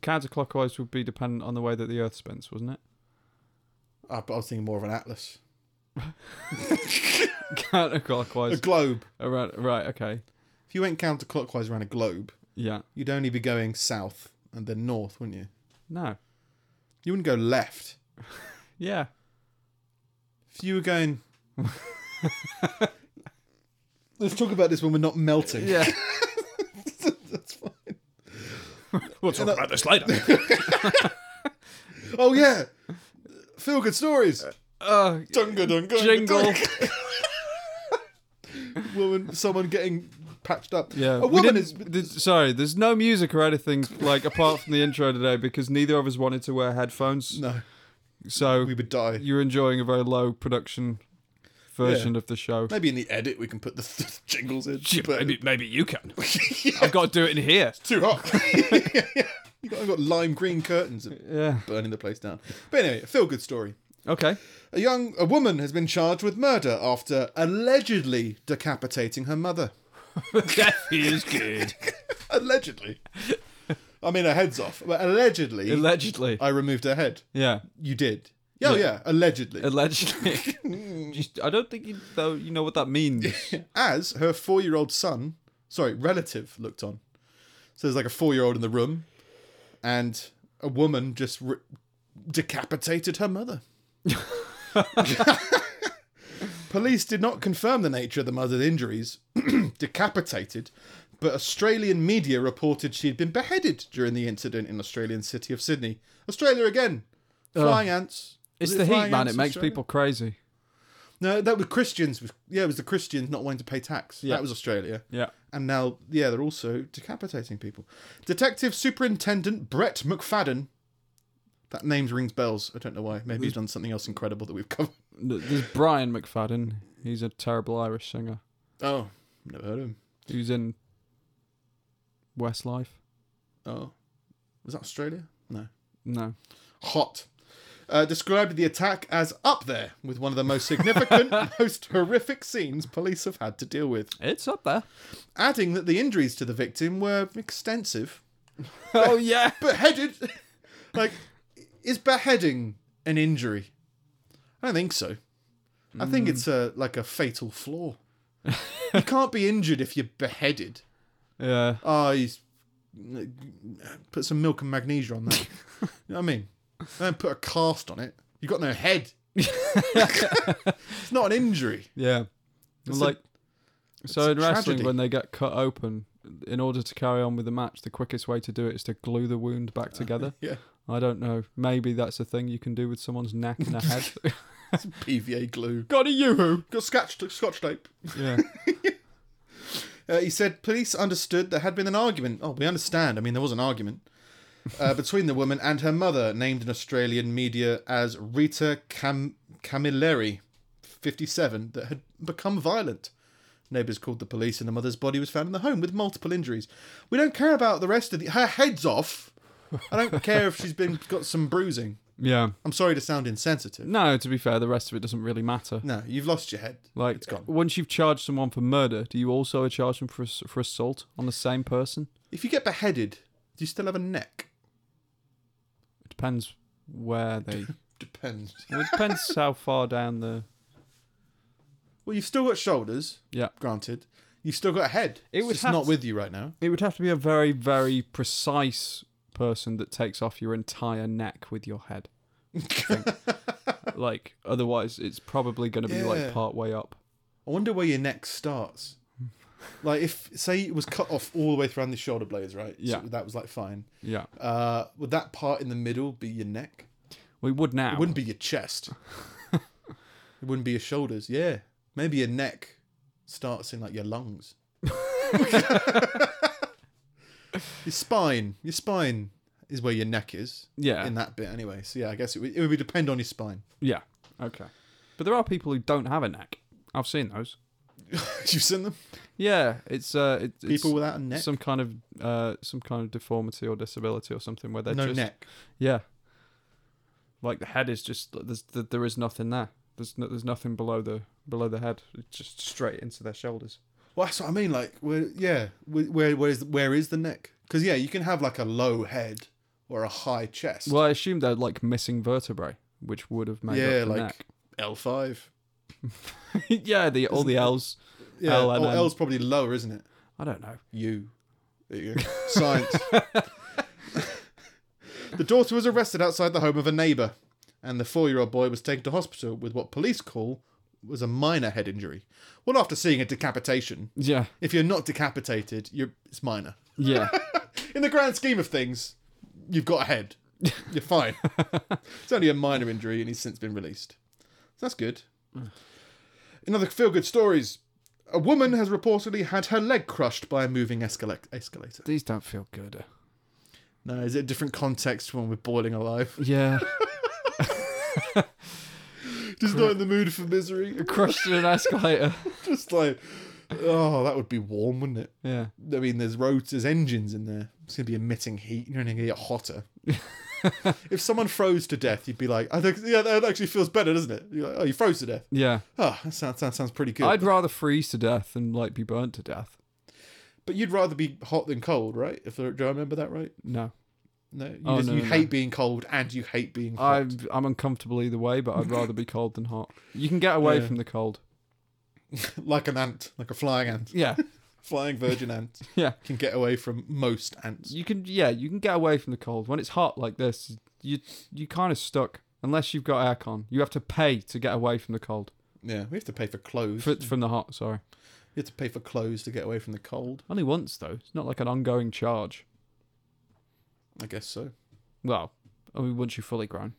Speaker 2: Counterclockwise would be dependent on the way that the Earth spins, wasn't it?
Speaker 1: I, I was thinking more of an atlas, a
Speaker 2: Counterclockwise.
Speaker 1: globe.
Speaker 2: around, right. Okay.
Speaker 1: If you went counterclockwise around a globe,
Speaker 2: Yeah.
Speaker 1: you'd only be going south and then north, wouldn't you?
Speaker 2: No.
Speaker 1: You wouldn't go left.
Speaker 2: Yeah.
Speaker 1: If you were going. Let's talk about this when we're not melting.
Speaker 2: Yeah.
Speaker 1: That's fine.
Speaker 2: we'll talk about this later.
Speaker 1: Oh, yeah. Feel good stories.
Speaker 2: uh,
Speaker 1: Dunga dunga.
Speaker 2: jingle.
Speaker 1: Woman, someone getting patched up.
Speaker 2: Yeah.
Speaker 1: A
Speaker 2: we
Speaker 1: woman
Speaker 2: didn't-
Speaker 1: is.
Speaker 2: there's- sorry, there's no music or anything like apart from the intro today because neither of us wanted to wear headphones.
Speaker 1: No,
Speaker 2: So
Speaker 1: we would die.
Speaker 2: you're enjoying a very low production version of the show.
Speaker 1: Maybe in the edit we can put the jingles in. but-
Speaker 2: maybe you can. I've got to do it in here.
Speaker 1: Too hot. you got, I've got lime green curtains and
Speaker 2: Yeah.
Speaker 1: burning the place down. But anyway, a feel good story.
Speaker 2: Okay.
Speaker 1: A young a woman has been charged with murder after allegedly decapitating her mother.
Speaker 2: Death is good.
Speaker 1: Allegedly. I mean, her head's off, but allegedly,
Speaker 2: Allegedly.
Speaker 1: I removed her head.
Speaker 2: Yeah.
Speaker 1: You did. Oh, yeah, allegedly.
Speaker 2: Allegedly. Just- I don't think you, though you know what that means.
Speaker 1: As her four year old son, sorry, relative, looked on. So there's like a four year old in the room, and a woman just re- decapitated her mother. Police did not confirm the nature of the mother's injuries, decapitated, but Australian media reported she had been beheaded during the incident in Australian city of Sydney. Australia again. Flying ants.
Speaker 2: It's
Speaker 1: Was
Speaker 2: the heat,
Speaker 1: flying
Speaker 2: man.
Speaker 1: ants
Speaker 2: It
Speaker 1: in
Speaker 2: makes
Speaker 1: Australia?
Speaker 2: people crazy.
Speaker 1: No, that was Christians. Yeah, it was the Christians not wanting to pay tax.
Speaker 2: Yeah.
Speaker 1: That was Australia.
Speaker 2: Yeah.
Speaker 1: And now, yeah, they're also decapitating people. Detective Superintendent Brett McFadden. That name rings bells. I don't know why. Maybe he's done something else incredible that we've covered.
Speaker 2: There's Brian McFadden. He's a terrible Irish singer.
Speaker 1: Oh, never heard of him.
Speaker 2: Who's in Westlife?
Speaker 1: Oh, was that Australia? No.
Speaker 2: No.
Speaker 1: Hot. Uh, described the attack as up there with one of the most significant, most horrific scenes police have had to deal with.
Speaker 2: It's up there.
Speaker 1: Adding that the injuries to the victim were extensive
Speaker 2: oh yeah.
Speaker 1: beheaded. like, is beheading an injury? I don't think so. I think it's a like a fatal flaw. you can't be injured if you're beheaded.
Speaker 2: Yeah.
Speaker 1: Oh, he's put some milk and magnesia on that. you know what I mean? Don't put a cast on it. You got no head. it's not an injury.
Speaker 2: Yeah.
Speaker 1: a-
Speaker 2: like so in wrestling
Speaker 1: tragedy.
Speaker 2: when they get cut open, in order to carry on with the match, the quickest way to do it is to glue the wound
Speaker 1: Uh.
Speaker 2: back together.
Speaker 1: Yeah,
Speaker 2: I don't know. Maybe that's a thing you can do with someone's neck and a head.
Speaker 1: PVA glue.
Speaker 2: Got a yoo-hoo.
Speaker 1: Got scotch scotch tape.
Speaker 2: Yeah.
Speaker 1: Uh, he said police understood there had been an argument. Oh, we understand. I mean, there was an argument uh, between the woman and her mother, named in Australian media as Rita Cam- Camilleri, 57, that had become violent. Neighbours called the police, and the mother's body was found in the home with multiple injuries. We don't care about the rest of the. Her head's off. I don't care if she's been got some bruising.
Speaker 2: Yeah.
Speaker 1: I'm sorry to sound insensitive.
Speaker 2: No, to be fair, the rest of it doesn't really matter.
Speaker 1: No, you've lost your head.
Speaker 2: Like,
Speaker 1: it's gone.
Speaker 2: once you've charged someone for murder, do you also charge them for ass- for assault on the same person?
Speaker 1: If you get beheaded, do you still have a neck?
Speaker 2: It depends where they.
Speaker 1: Depends.
Speaker 2: well, it depends how far down the.
Speaker 1: Well, you've still got shoulders.
Speaker 2: Yeah.
Speaker 1: granted. You've still got a head.
Speaker 2: It
Speaker 1: It's
Speaker 2: would
Speaker 1: just
Speaker 2: have
Speaker 1: not
Speaker 2: to-
Speaker 1: with you right now.
Speaker 2: It would have to be a very, very precise person that takes off your entire neck with your head. I think. like, otherwise, it's probably going to be
Speaker 1: Yeah.
Speaker 2: like part way up.
Speaker 1: I wonder where your neck starts. Like if say it was cut off all the way around the shoulder blades, right?
Speaker 2: Yeah.
Speaker 1: So that was like fine.
Speaker 2: Yeah,
Speaker 1: Uh, would that part in the middle be your neck?
Speaker 2: we would now.
Speaker 1: It wouldn't be your chest. it wouldn't be your shoulders. Yeah. Maybe your neck starts in like your lungs. your spine. Your spine is where your neck is.
Speaker 2: Yeah.
Speaker 1: In that bit, anyway. So yeah, I guess it would, it would depend on your spine.
Speaker 2: Yeah. Okay. But there are people who don't have a neck. I've seen those.
Speaker 1: You've seen them?
Speaker 2: Yeah, it's uh, it, it's
Speaker 1: People without a neck?
Speaker 2: some kind of uh, some kind of deformity or disability or something where they're
Speaker 1: no
Speaker 2: just
Speaker 1: neck.
Speaker 2: yeah, like the head is just there's th- there is nothing there. There's no, there's nothing below the below the head. It's just straight into their shoulders.
Speaker 1: Well, that's what I mean. Like, where, yeah, where, where, where is where is the neck? Because yeah, you can have like a low head or a high chest.
Speaker 2: Well, I assume they're like missing vertebrae, which would have made
Speaker 1: yeah,
Speaker 2: up the
Speaker 1: like L five.
Speaker 2: neck. yeah, the all the L's.
Speaker 1: Yeah,
Speaker 2: L
Speaker 1: or
Speaker 2: and M.
Speaker 1: L's probably lower, isn't it?
Speaker 2: I don't know.
Speaker 1: You, There you go. science. the daughter was arrested outside the home of a neighbour, and the four-year-old boy was taken to hospital with what police call was a minor head injury. Well, after seeing a decapitation,
Speaker 2: Yeah,
Speaker 1: if you're not decapitated, you're it's minor.
Speaker 2: yeah.
Speaker 1: in the grand scheme of things, you've got a head. You're fine. it's only a minor injury, and he's since been released. So that's good. Another feel good stories. A woman has reportedly had her leg crushed by a moving escala- escalator.
Speaker 2: These don't feel good.
Speaker 1: No, is it a different context from when we're boiling alive?
Speaker 2: Yeah,
Speaker 1: Just not in the mood for misery.
Speaker 2: crushed in an escalator.
Speaker 1: Just like, oh, that would be warm, wouldn't it?
Speaker 2: Yeah.
Speaker 1: I mean, there's roads, there's engines in there. It's gonna be emitting heat. You're gonna get hotter. if someone froze to death, you'd be like, I think, yeah, that actually feels better, doesn't it? You're like, oh, you froze to death.
Speaker 2: Yeah.
Speaker 1: Ah, that sounds that sounds pretty good.
Speaker 2: I'd rather freeze to death than like be burnt to death.
Speaker 1: but you'd rather be hot than cold, right? If do I remember that right?
Speaker 2: No.
Speaker 1: No, you,
Speaker 2: Oh,
Speaker 1: just,
Speaker 2: no,
Speaker 1: you
Speaker 2: no,
Speaker 1: hate being cold and you hate being hot.
Speaker 2: I'm I'm uncomfortable either way, but I'd rather be cold than hot. You can get away
Speaker 1: Yeah.
Speaker 2: from the cold.
Speaker 1: like an ant, like a flying ant,
Speaker 2: Yeah.
Speaker 1: flying virgin ant
Speaker 2: Yeah.
Speaker 1: can get away from most ants.
Speaker 2: You can yeah, you can get away from the cold. When it's hot like this, you you kind of stuck unless you've got aircon. You have to pay to get away from the cold.
Speaker 1: Yeah, we have to pay for clothes.
Speaker 2: F- from the hot, sorry.
Speaker 1: you have to pay for clothes to get away from the cold.
Speaker 2: Only once though. It's not like an ongoing charge.
Speaker 1: I guess so.
Speaker 2: Well, I mean once you're fully grown.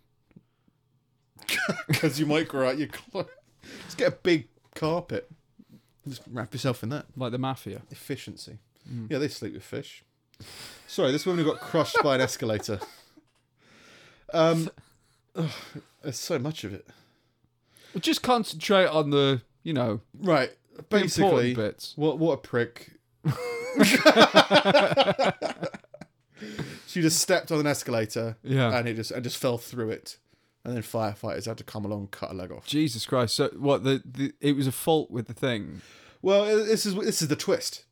Speaker 1: because you might grow out your clothes. Just get a big carpet. Just wrap yourself in that. Mm.
Speaker 2: Like the mafia.
Speaker 1: Efficiency. Yeah, they sleep with fish. Sorry, this woman who got crushed by an escalator. Um, ugh, there's so much of it.
Speaker 2: Well, Just concentrate on the you know
Speaker 1: Right,
Speaker 2: the important
Speaker 1: basically,
Speaker 2: bits.
Speaker 1: what what a prick. she just stepped on an escalator
Speaker 2: Yeah.
Speaker 1: and it just and just fell through it, and then firefighters had to come along and cut her leg off.
Speaker 2: Jesus Christ! So what? The, the it was a fault with the thing.
Speaker 1: Well, this is this is the twist.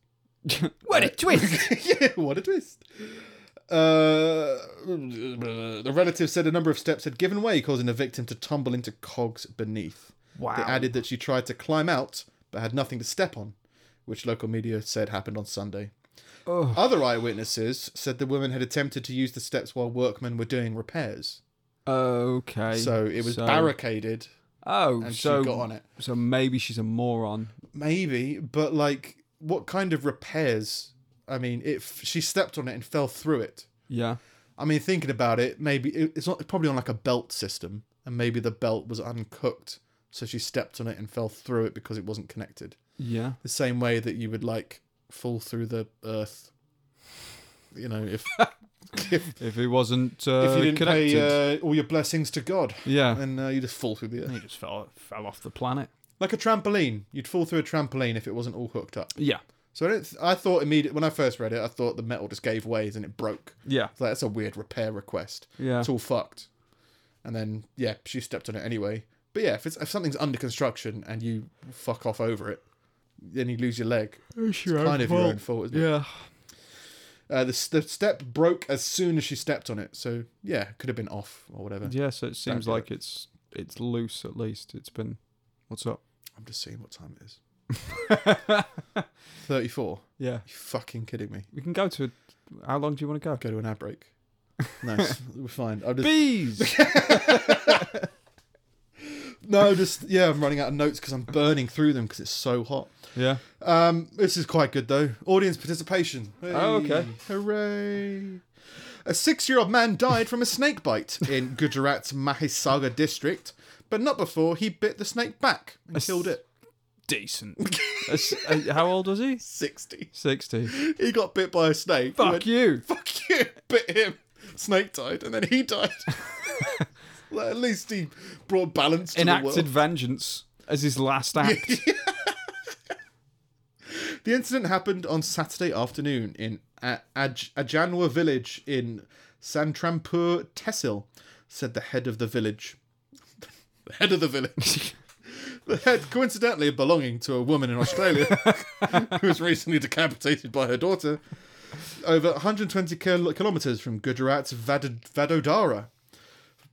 Speaker 2: what a twist!
Speaker 1: yeah, what a twist. Uh, the relative said a number of steps had given way, causing the victim to tumble into cogs beneath.
Speaker 2: Wow.
Speaker 1: They added that she tried to climb out, but had nothing to step on, which local media said happened on Sunday.
Speaker 2: Ugh.
Speaker 1: Other eyewitnesses said the woman had attempted to use the steps while workmen were doing repairs.
Speaker 2: Okay.
Speaker 1: So it was
Speaker 2: so-
Speaker 1: barricaded
Speaker 2: Oh,
Speaker 1: and
Speaker 2: so
Speaker 1: she got on it.
Speaker 2: so maybe she's a moron.
Speaker 1: Maybe, but like, what kind of repairs? I mean, if she stepped on it and fell through it.
Speaker 2: Yeah.
Speaker 1: I mean, thinking about it, maybe it- it's not it's probably on like a belt system, and maybe the belt was uncooked, so she stepped on it and fell through it because it wasn't connected.
Speaker 2: Yeah.
Speaker 1: The same way that you would like fall through the earth, you know, if if,
Speaker 2: If it wasn't uh,
Speaker 1: if you didn't
Speaker 2: connected,
Speaker 1: pay uh, all your blessings to God,
Speaker 2: yeah,
Speaker 1: and uh, you just fall through the earth
Speaker 2: he just fell fell off the planet.
Speaker 1: like a trampoline. You'd fall through a trampoline if it wasn't all hooked up.
Speaker 2: Yeah.
Speaker 1: So I, don't th- I thought immediately when I first read it, I thought the metal just gave way and it broke.
Speaker 2: Yeah.
Speaker 1: It's like, that's a weird repair request.
Speaker 2: Yeah.
Speaker 1: It's all fucked. And then, yeah, she stepped on it anyway. But yeah, if, it's, if something's under construction and you fuck off over it, then you lose your leg. Kind of your own fault, isn't it?
Speaker 2: Yeah.
Speaker 1: Uh, the, s- the step broke as soon as she stepped on it. So yeah, could have been off or whatever.
Speaker 2: Yeah. So it seems
Speaker 1: do
Speaker 2: like it's it's loose at least. It's been. What's up?
Speaker 1: I'm just seeing what time it is. 34.
Speaker 2: Yeah.
Speaker 1: You fucking kidding me?
Speaker 2: We can go to. How long do you want to go?
Speaker 1: Go to an ad break. Nice. We're fine. I'm just,
Speaker 2: Bees.
Speaker 1: no, just, yeah, I'm running out of notes because I'm burning through them because it's so hot.
Speaker 2: yeah.
Speaker 1: Um, this is quite good though. Audience participation.
Speaker 2: Oh,
Speaker 1: Hey,
Speaker 2: okay.
Speaker 1: Hooray! A six-year-old man died from a snake bite in Gujarat's Mahisagar district, but not before he bit the snake back and killed it.
Speaker 2: Decent. That's- uh, how old was he?
Speaker 1: Sixty.
Speaker 2: Sixty.
Speaker 1: He got bit by a snake. He
Speaker 2: Fuck
Speaker 1: went,
Speaker 2: you.
Speaker 1: Fuck you! Bit him. Snake died, and then he died. Well, At least he brought balance to the
Speaker 2: enacted
Speaker 1: world.
Speaker 2: vengeance as his last act.
Speaker 1: The incident happened on Saturday afternoon in A- Aj- Ajanwa village in Santrampur Tehsil, said the head of the village. the head of the village. the head, coincidentally belonging to a woman in Australia who was recently decapitated by her daughter, over 120 kil- kilometres from Gujarat's Vad- Vadodara.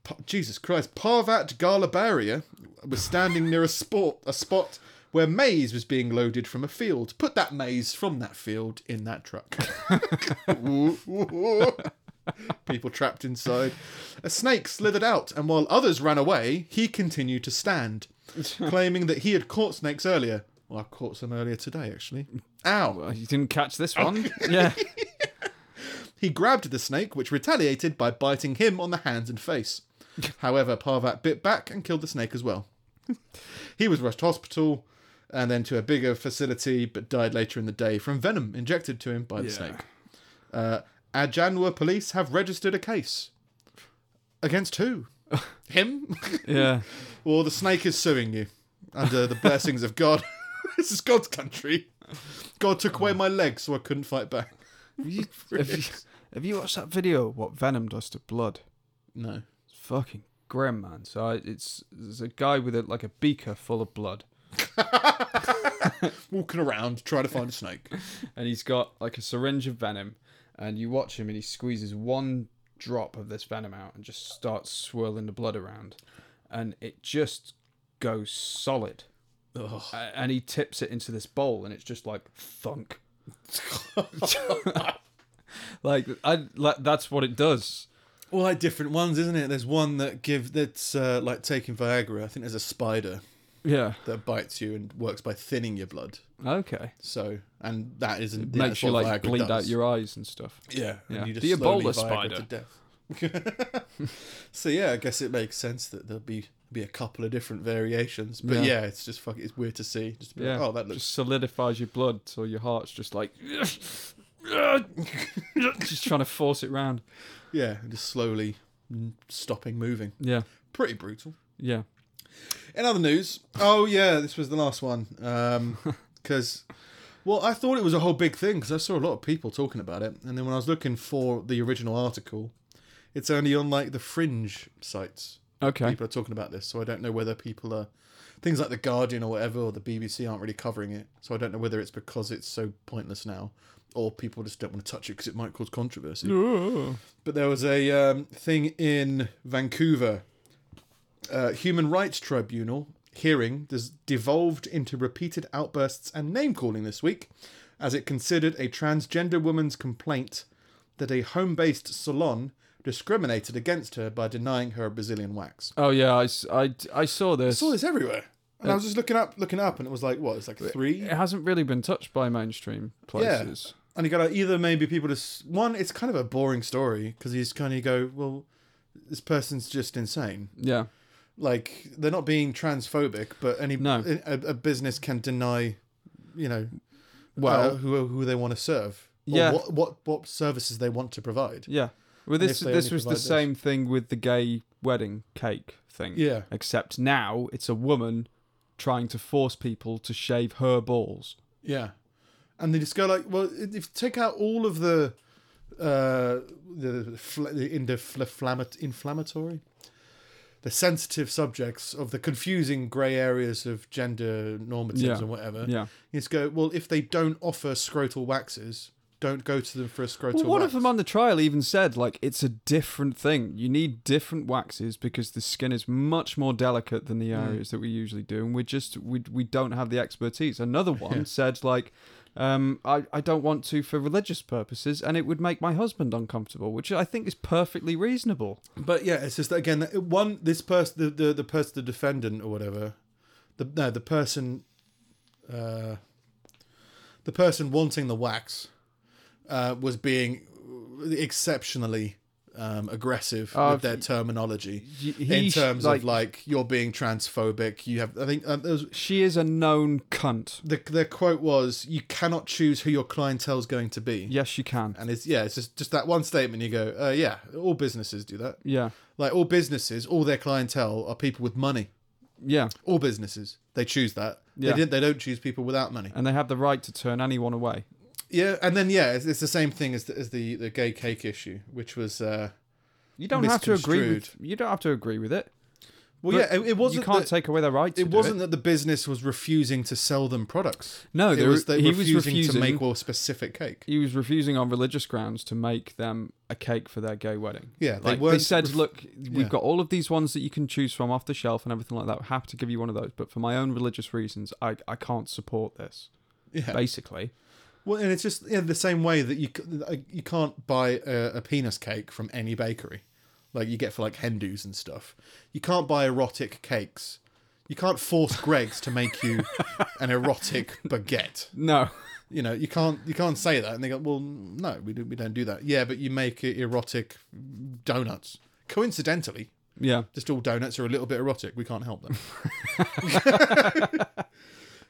Speaker 1: Pa- Jesus Christ, Parvat Galabaria was standing near a spot a spot where maize was being loaded from a field. Put that maize from that field in that truck. Ooh, ooh, ooh. People trapped inside. A snake slithered out, and while others ran away, he continued to stand, claiming that he had caught snakes earlier. Well, I caught some earlier today, actually. Ow!
Speaker 2: Oh, you didn't catch this one. yeah.
Speaker 1: He grabbed the snake, which retaliated by biting him on the hands and face. However, Parvat bit back and killed the snake as well. he was rushed to hospital and then to a bigger facility, but died later in the day from venom injected to him by the snake. Uh, Ajanwa police have registered a case. Against who? him?
Speaker 2: Yeah.
Speaker 1: or the snake is suing you under the blessings of God. this is God's country. God took away my leg so I couldn't fight back.
Speaker 2: Have you, have, you, have you watched that video? What venom does to blood?
Speaker 1: No.
Speaker 2: It's fucking grim, man. So I, it's there's a guy with a, like a beaker full of blood,
Speaker 1: Walking around trying to find a snake.
Speaker 2: and he's got like a syringe of venom, and you watch him, and he squeezes one drop of this venom out, and just starts swirling the blood around, and it just goes solid.
Speaker 1: Ugh.
Speaker 2: A- And he tips it into this bowl, and it's just like thunk. like I, like, that's what it does.
Speaker 1: Well, like different ones, isn't it? There's one that give that's uh, like taking Viagra. I think there's a spider
Speaker 2: Yeah.
Speaker 1: that bites you and works by thinning your blood.
Speaker 2: Okay.
Speaker 1: So, and that isn't yeah,
Speaker 2: Makes
Speaker 1: that's
Speaker 2: you
Speaker 1: what
Speaker 2: like
Speaker 1: Viagra
Speaker 2: bleed
Speaker 1: does.
Speaker 2: out your eyes and stuff.
Speaker 1: yeah,
Speaker 2: yeah.
Speaker 1: And you just
Speaker 2: The
Speaker 1: slowly
Speaker 2: Ebola
Speaker 1: Viagra
Speaker 2: spider.
Speaker 1: to death. so yeah, I guess it makes sense that there'll be be a couple of different variations. But
Speaker 2: Yeah.
Speaker 1: yeah, it's just fuck. It's weird to see. Just be
Speaker 2: Yeah.
Speaker 1: like, oh, that looks
Speaker 2: just solidifies your blood, so your heart's just like just trying to force it round.
Speaker 1: yeah, and just slowly mm, stopping moving.
Speaker 2: Yeah,
Speaker 1: Pretty brutal.
Speaker 2: yeah.
Speaker 1: In other news, oh yeah, this was the last one. Um 'cause because, well, I thought it was a whole big thing because I saw a lot of people talking about it, and then when I was looking for the original article, it's only on like the fringe sites.
Speaker 2: Okay.
Speaker 1: People are talking about this, so I don't know whether people are things like the Guardian or whatever or the BBC aren't really covering it. So I don't know whether it's because it's so pointless now, or people just don't want to touch it because it might cause controversy but there was a um, thing in Vancouver. Uh, Human Rights Tribunal hearing this devolved into repeated outbursts and name calling this week, as it considered a transgender woman's complaint that a home-based salon discriminated against her by denying her a Brazilian wax.
Speaker 2: Oh yeah, I, s- I- I saw this.
Speaker 1: I saw this everywhere, and I was just looking up, looking up, and it was like what? It's like three.
Speaker 2: It hasn't really been touched by mainstream places.
Speaker 1: And you gotta either maybe people just one. It's kind of a boring story because you just kind of go, well, this person's just insane.
Speaker 2: Yeah.
Speaker 1: like they're not being transphobic, but any
Speaker 2: No.
Speaker 1: a, a business can deny, you know,
Speaker 2: Well-
Speaker 1: well who who they want to serve, or
Speaker 2: Uh, Yeah.
Speaker 1: what, what what services they want to provide.
Speaker 2: Yeah. Well,
Speaker 1: if
Speaker 2: this
Speaker 1: they
Speaker 2: this
Speaker 1: only
Speaker 2: was the
Speaker 1: provide this.
Speaker 2: same thing with the gay wedding cake thing.
Speaker 1: Yeah.
Speaker 2: Except now it's a woman trying to force people to shave her balls.
Speaker 1: Yeah, and they just go like, well, if you take out all of the, uh, the fl- the in the fl- flamma- inflammatory, the sensitive subjects of the confusing grey areas of gender normatives
Speaker 2: Yeah.
Speaker 1: and whatever.
Speaker 2: Yeah.
Speaker 1: You just go well if they don't offer scrotal waxes. Don't go to them for a scrotal.
Speaker 2: Well, one of
Speaker 1: wax.
Speaker 2: them on the trial even said, like, it's a different thing. You need different waxes because the skin is much more delicate than
Speaker 1: Hmm.
Speaker 2: the areas that we usually do, and we just we we don't have the expertise. Another one said, like, um, I I don't want to for religious purposes, and it would make my husband uncomfortable, which I think is perfectly reasonable.
Speaker 1: But yeah, it's just that again. that- One, this person, the, the the person, the defendant or whatever, the no, the person, uh, the person wanting the wax, uh, was being exceptionally uh, um, aggressive
Speaker 2: Uh,
Speaker 1: with their terminology
Speaker 2: y- he
Speaker 1: in
Speaker 2: sh-
Speaker 1: terms
Speaker 2: like-
Speaker 1: of like you're being transphobic. You have, I think, um, there was,
Speaker 2: She is a known cunt.
Speaker 1: the the quote was, "You cannot choose who your clientele's going to be."
Speaker 2: Yes, she can.
Speaker 1: And it's yeah, it's just just that one statement. You go, uh, yeah, all businesses do that.
Speaker 2: Yeah,
Speaker 1: Like all businesses, all their clientele are people with money.
Speaker 2: yeah,
Speaker 1: All businesses, they choose that.
Speaker 2: Yeah.
Speaker 1: They didn't. They don't choose people without money.
Speaker 2: and they have the right to turn anyone away.
Speaker 1: Yeah, and then yeah, it's, it's the same thing as the, as the the gay cake issue, which was. Uh,
Speaker 2: You don't have to agree with. You don't have to agree with it. But
Speaker 1: well, yeah, it, it wasn't.
Speaker 2: You can't
Speaker 1: that-
Speaker 2: take away their right. To
Speaker 1: it
Speaker 2: do
Speaker 1: wasn't that the business was refusing to sell them products.
Speaker 2: No, they
Speaker 1: it
Speaker 2: were-
Speaker 1: was they
Speaker 2: he was
Speaker 1: refusing, to
Speaker 2: refusing-
Speaker 1: make a specific cake.
Speaker 2: He was refusing on religious grounds to make them a cake for their gay wedding.
Speaker 1: Yeah, they
Speaker 2: like they
Speaker 1: weren't
Speaker 2: said,
Speaker 1: ref-
Speaker 2: look, we've
Speaker 1: yeah.
Speaker 2: got all of these ones that you can choose from off the shelf and everything like that. We're happy to give you one of those, but for my own religious reasons, I I can't support this.
Speaker 1: Yeah.
Speaker 2: Basically,
Speaker 1: Well, and it's just yeah, the same way that you c- like, you can't buy a, a penis cake from any bakery, like you get for like Hindus and stuff. You can't buy erotic cakes. You can't force Greg's to make you an erotic baguette.
Speaker 2: no.
Speaker 1: You know, you can't you can't say that. And they go, well, no, we do, we don't do that. Yeah, but you make erotic donuts. Coincidentally,
Speaker 2: yeah,
Speaker 1: just all donuts are a little bit erotic. We can't help them.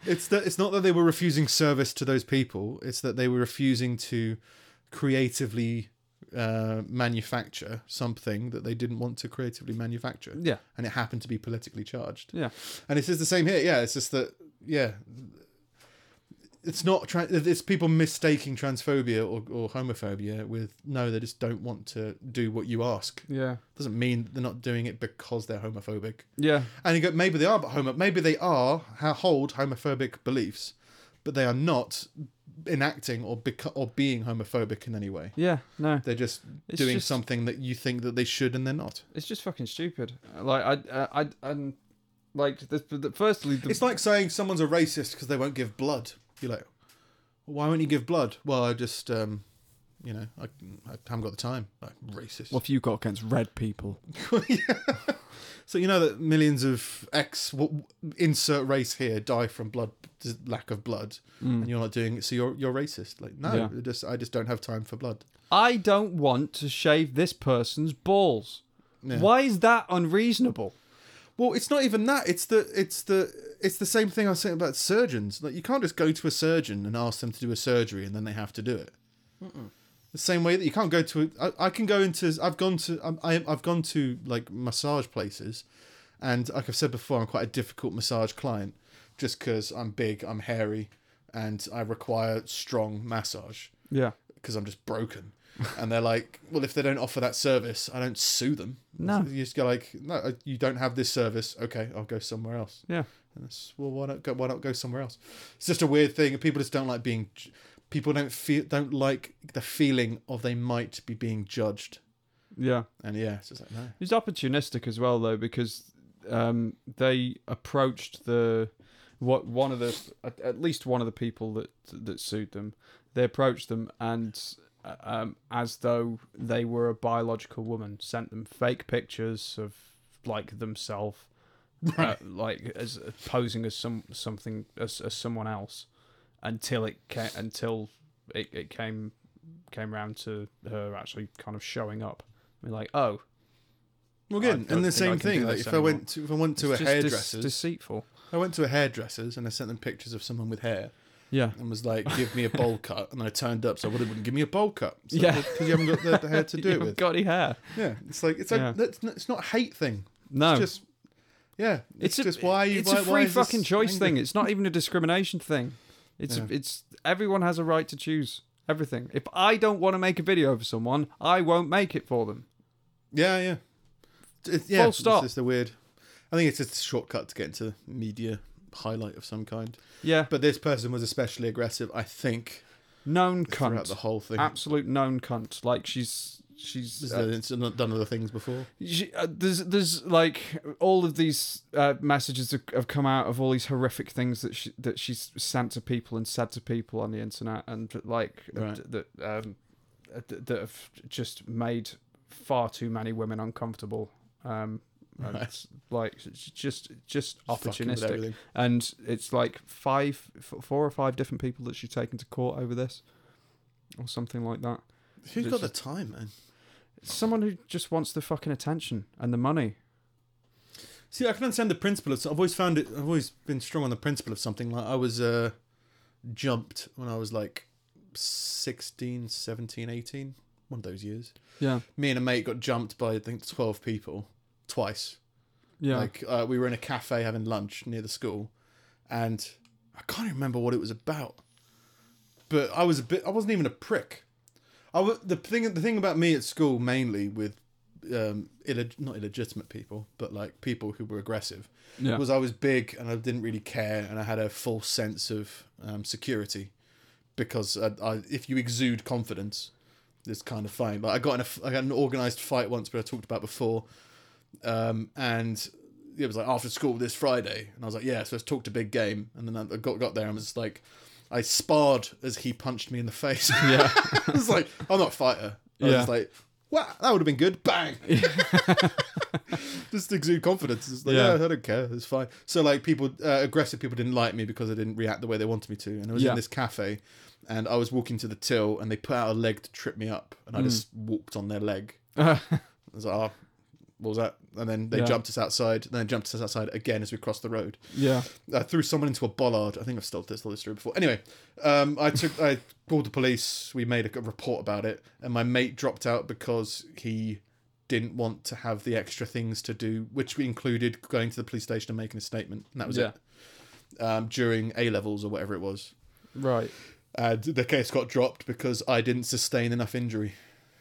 Speaker 1: it's that it's not that they were refusing service to those people. It's that they were refusing to creatively uh, manufacture something that they didn't want to creatively manufacture.
Speaker 2: Yeah.
Speaker 1: and it happened to be politically charged.
Speaker 2: yeah.
Speaker 1: And it's just the same here. Yeah, it's just that. Yeah, it's not. Tra- it's people mistaking transphobia or, or homophobia with no. They just don't want to do what you ask
Speaker 2: Yeah.
Speaker 1: doesn't mean they're not doing it because they're homophobic.
Speaker 2: Yeah.
Speaker 1: And you go, maybe they are homo, maybe they are ha- hold homophobic beliefs, but they are not enacting or beco- or being homophobic in any way.
Speaker 2: Yeah. No.
Speaker 1: They're just
Speaker 2: It's
Speaker 1: doing
Speaker 2: just-
Speaker 1: something that you think that they should and they're not.
Speaker 2: It's just fucking stupid. Like I I I and like the, the firstly the,
Speaker 1: It's like saying someone's a racist because they won't give blood. You're like, why won't you give blood? Well, I just, um, you know, I, I haven't got the time. Like, racist.
Speaker 2: what have you got against red people?
Speaker 1: So you know that millions of X w- insert race here die from blood lack of blood, and you're not doing it. So you're you're racist. Like no,
Speaker 2: Yeah.
Speaker 1: I just I just don't have time for blood.
Speaker 2: I don't want to shave this person's balls. Why is that unreasonable?
Speaker 1: Well, it's not even that. It's the it's the it's the same thing I was saying about surgeons. Like you can't just go to a surgeon and ask them to do a surgery and then they have to do it. The same way that you can't go to a, I, I can go into I've gone to I'm- I, I've gone to like massage places, and like I've said before, I'm quite a difficult massage client, just because I'm big, I'm hairy, and I require strong massage
Speaker 2: Yeah.
Speaker 1: because I'm just broken. And they're like, well, if they don't offer that service, I don't sue them.
Speaker 2: No.
Speaker 1: you just go like, no, uh, you don't have this service. Okay, I'll go somewhere else.
Speaker 2: Yeah.
Speaker 1: And it's, well, why not go? Why not go somewhere else? It's just a weird thing. People just don't like being. ju- People don't feel don't like the feeling of they might be being judged.
Speaker 2: Yeah.
Speaker 1: And yeah, it's just like no.
Speaker 2: It's opportunistic as well though because um, they approached the what one of the at, at least one of the people that that sued them. They approached them and uh, um, as though they were a biological woman, sent them fake pictures of like themselves, uh, like as posing as some something as, as someone else, until it came, until it, it came came round to her actually kind of showing up. I mean, like, oh,
Speaker 1: Well,
Speaker 2: I
Speaker 1: again,
Speaker 2: don't
Speaker 1: and
Speaker 2: think I
Speaker 1: the
Speaker 2: can
Speaker 1: same
Speaker 2: do
Speaker 1: thing. Like
Speaker 2: this
Speaker 1: if I went to if I went to
Speaker 2: It's just
Speaker 1: a
Speaker 2: dis-
Speaker 1: hairdresser's,
Speaker 2: deceitful.
Speaker 1: I went to a hairdresser's and I sent them pictures of someone with hair.
Speaker 2: Yeah.
Speaker 1: and was like, "Give me a bowl cut," and I turned up, so well, they wouldn't give me a bowl cut. So,
Speaker 2: Yeah.
Speaker 1: because you haven't got the, the hair to do
Speaker 2: you
Speaker 1: it
Speaker 2: haven't
Speaker 1: with.
Speaker 2: got any hair.
Speaker 1: yeah, it's like it's like
Speaker 2: Yeah.
Speaker 1: that's not, it's not a hate thing.
Speaker 2: No.
Speaker 1: It's just yeah, it's,
Speaker 2: a,
Speaker 1: just why you
Speaker 2: It's
Speaker 1: why,
Speaker 2: a
Speaker 1: why
Speaker 2: free
Speaker 1: is this
Speaker 2: fucking choice
Speaker 1: anger?
Speaker 2: thing. It's not even a discrimination thing. It's it's everyone has a right to choose everything. If I don't want to make a video for someone, I won't make it for them.
Speaker 1: Yeah, yeah. It's, yeah,
Speaker 2: Full
Speaker 1: it's
Speaker 2: stop.
Speaker 1: just a weird. I think it's just a shortcut to get into media highlight of some kind.
Speaker 2: Yeah. But
Speaker 1: But this person was especially aggressive, I think,
Speaker 2: known
Speaker 1: throughout
Speaker 2: cunt.
Speaker 1: the whole thing.
Speaker 2: Absolute known cunt. Like she's she's uh,
Speaker 1: Just that it's not done other things before.
Speaker 2: she, uh, there's there's like all of these uh, messages have, have come out of all these horrific things that she that she's sent to people and said to people on the internet and like uh,
Speaker 1: Right.
Speaker 2: d- that um uh, th- that have just made far too many women uncomfortable um and
Speaker 1: Right.
Speaker 2: it's, like it's just just
Speaker 1: fucking with
Speaker 2: opportunistic
Speaker 1: everything.
Speaker 2: and it's like five f- four or five different people that she's taken to court over this or something like that
Speaker 1: Who's
Speaker 2: It's
Speaker 1: got the time, man?
Speaker 2: It's someone who just wants the fucking attention and the money.
Speaker 1: See, I can understand the principle of. I've always found it. I've always been strong on the principle of something. Like I was uh, jumped when I was like 16, 17, 18. One of those years.
Speaker 2: Yeah,
Speaker 1: Me and a mate got jumped by I think twelve people twice.
Speaker 2: yeah.
Speaker 1: Like uh, we were in a cafe having lunch near the school, and I can't even remember what it was about. But I was a bit. I wasn't even a prick. I was, the thing. The thing about me at school, mainly with um, illeg- not illegitimate people, but like people who were aggressive,
Speaker 2: Yeah.
Speaker 1: was I was big and I didn't really care, and I had a false sense of um, security because I, I, if you exude confidence, this kind of thing. Like I got in a, f- I had an organized fight once, but I talked about before, um, and it was like after school this Friday, and I was like, yeah, so let's talk to big game, and then I got got there and was like, I sparred as he punched me in the face. Yeah, I was like, I'm not a fighter. I was
Speaker 2: Yeah.
Speaker 1: just like, wow, that would have been good. Bang. just exude confidence. It's like,
Speaker 2: Yeah.
Speaker 1: yeah. I don't care. It's fine. So like people, uh, aggressive people didn't like me because I didn't react the way they wanted me to, and I was
Speaker 2: Yeah.
Speaker 1: in this cafe. And I was walking to the till, and they put out a leg to trip me up, and
Speaker 2: Hmm.
Speaker 1: I just walked on their leg. I was like, oh, what was that? And then they
Speaker 2: Yeah.
Speaker 1: jumped us outside, and then jumped us outside again as we crossed the road.
Speaker 2: yeah.
Speaker 1: I threw someone into a bollard. I think I've told this, told this story before. Anyway, um, I took, I called the police. We made a report about it, and my mate dropped out because he didn't want to have the extra things to do, which included going to the police station and making a statement. And that was
Speaker 2: Yeah.
Speaker 1: it um, during A levels or whatever it was.
Speaker 2: Right.
Speaker 1: And the case got dropped because I didn't sustain enough injury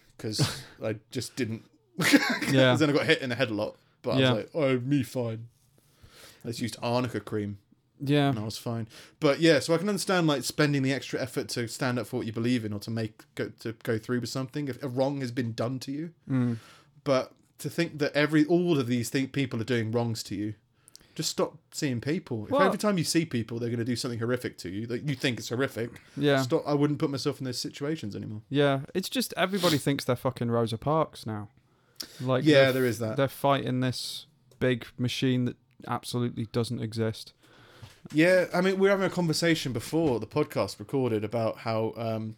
Speaker 1: because I just didn't.
Speaker 2: Yeah.
Speaker 1: then I got hit in the head a lot, but
Speaker 2: Yeah.
Speaker 1: I was like, "Oh, me fine." I just used arnica cream
Speaker 2: Yeah.
Speaker 1: and I was fine. But yeah, so I can understand like spending the extra effort to stand up for what you believe in or to make go, to go through with something if a wrong has been done to you.
Speaker 2: Mm.
Speaker 1: But to think that every all of these thi- people are doing wrongs to you, just stop seeing people.
Speaker 2: Well-
Speaker 1: if every time you see people, they're going to do something horrific to you that you think is horrific.
Speaker 2: Yeah.
Speaker 1: Stop. I wouldn't put myself in those situations anymore.
Speaker 2: Yeah. It's just everybody thinks they're fucking Rosa Parks now. Like
Speaker 1: Yeah,
Speaker 2: they're-
Speaker 1: there is that.
Speaker 2: they're fighting this big machine that absolutely doesn't exist.
Speaker 1: Yeah, I mean, we were having a conversation before the podcast recorded about how um,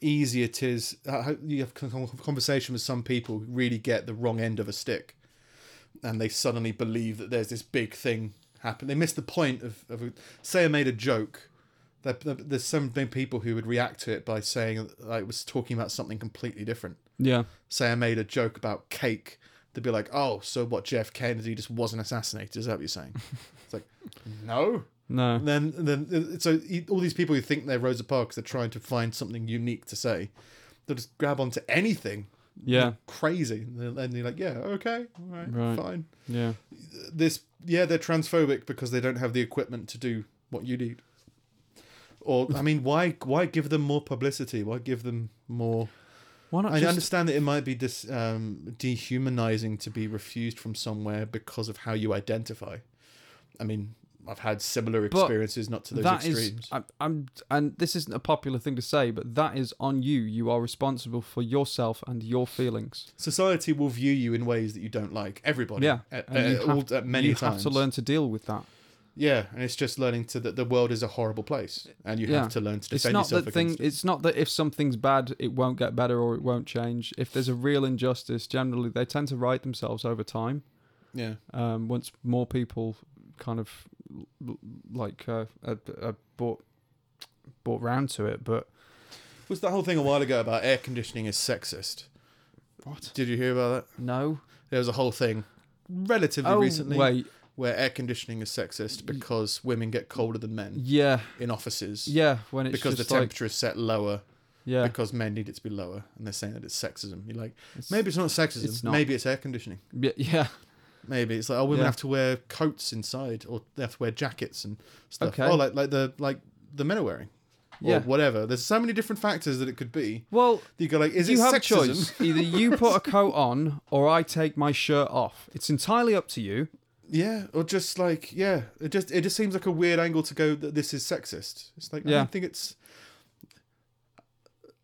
Speaker 1: easy it is. uh, How you have con- conversation with some people who really get the wrong end of a stick, and they suddenly believe that there's this big thing happen. They miss the point of, of a- say I made a joke. There, there- there's some big people who would react to it by saying that I was talking about something completely different.
Speaker 2: Yeah.
Speaker 1: Say I made a joke about cake. They'd be like, "Oh, so what? Jeff Kennedy just wasn't assassinated? Is that what you're saying?" it's like, no.
Speaker 2: No.
Speaker 1: And then and then so you- all these people who think they're Rosa Parks, they're trying to find something unique to say. They'll just grab onto anything
Speaker 2: Yeah.
Speaker 1: crazy, and they'll- and you're like, yeah, okay, all right,
Speaker 2: Right.
Speaker 1: fine.
Speaker 2: Yeah.
Speaker 1: This, yeah, they're transphobic because they don't have the equipment to do what you need. Or I mean, why why give them more publicity? Why give them more?
Speaker 2: Why not
Speaker 1: I
Speaker 2: just
Speaker 1: understand that it might be dis, um, dehumanizing to be refused from somewhere because of how you identify. I mean, I've had similar experiences, not to those
Speaker 2: That
Speaker 1: extremes.
Speaker 2: is, I'm, I'm, and this isn't a popular thing to say, but that is on you. You are responsible for yourself and your feelings.
Speaker 1: society will view you in ways that you don't like. Everybody,
Speaker 2: Yeah,
Speaker 1: at,
Speaker 2: and you
Speaker 1: at
Speaker 2: have-
Speaker 1: Uh, all, at many
Speaker 2: you
Speaker 1: times.
Speaker 2: have to learn to deal with that.
Speaker 1: Yeah, and it's just learning to that the world is a horrible place, and you
Speaker 2: Yeah,
Speaker 1: have to learn to
Speaker 2: it's
Speaker 1: defend
Speaker 2: not
Speaker 1: yourself
Speaker 2: that thing.
Speaker 1: against it.
Speaker 2: It's not that if something's bad, it won't get better or it won't change. If there's a real injustice, generally they tend to right themselves over time.
Speaker 1: Yeah,
Speaker 2: Um, once more people kind of l- l- like uh, uh, uh, bought bought round to it, but
Speaker 1: was that whole thing a while ago about air conditioning is sexist?
Speaker 2: What?
Speaker 1: Did you hear about that?
Speaker 2: no.
Speaker 1: There was a whole thing relatively
Speaker 2: oh
Speaker 1: recently
Speaker 2: wait,
Speaker 1: where air conditioning is sexist because women get colder than men
Speaker 2: yeah,
Speaker 1: in offices
Speaker 2: yeah. When it's
Speaker 1: because the
Speaker 2: just like,
Speaker 1: temperature is set lower
Speaker 2: yeah,
Speaker 1: because men need it to be lower, and they're saying that it's sexism. You're like, maybe it's not sexism.
Speaker 2: it's not.
Speaker 1: Maybe it's air conditioning.
Speaker 2: yeah, yeah.
Speaker 1: Maybe it's like oh, women
Speaker 2: Yeah.
Speaker 1: have to wear coats inside, or they have to wear jackets and stuff.
Speaker 2: Okay.
Speaker 1: Oh, like like the like the men are wearing, or
Speaker 2: Yeah.
Speaker 1: whatever. There's so many different factors that it could be.
Speaker 2: Well,
Speaker 1: You go like, is
Speaker 2: you
Speaker 1: it
Speaker 2: have a
Speaker 1: sexism?
Speaker 2: choice. Either you put a coat on or I take my shirt off. It's entirely up to you.
Speaker 1: Yeah, or just like yeah, it just it just seems like a weird angle to go that this is sexist. It's like I
Speaker 2: Yeah.
Speaker 1: don't think it's.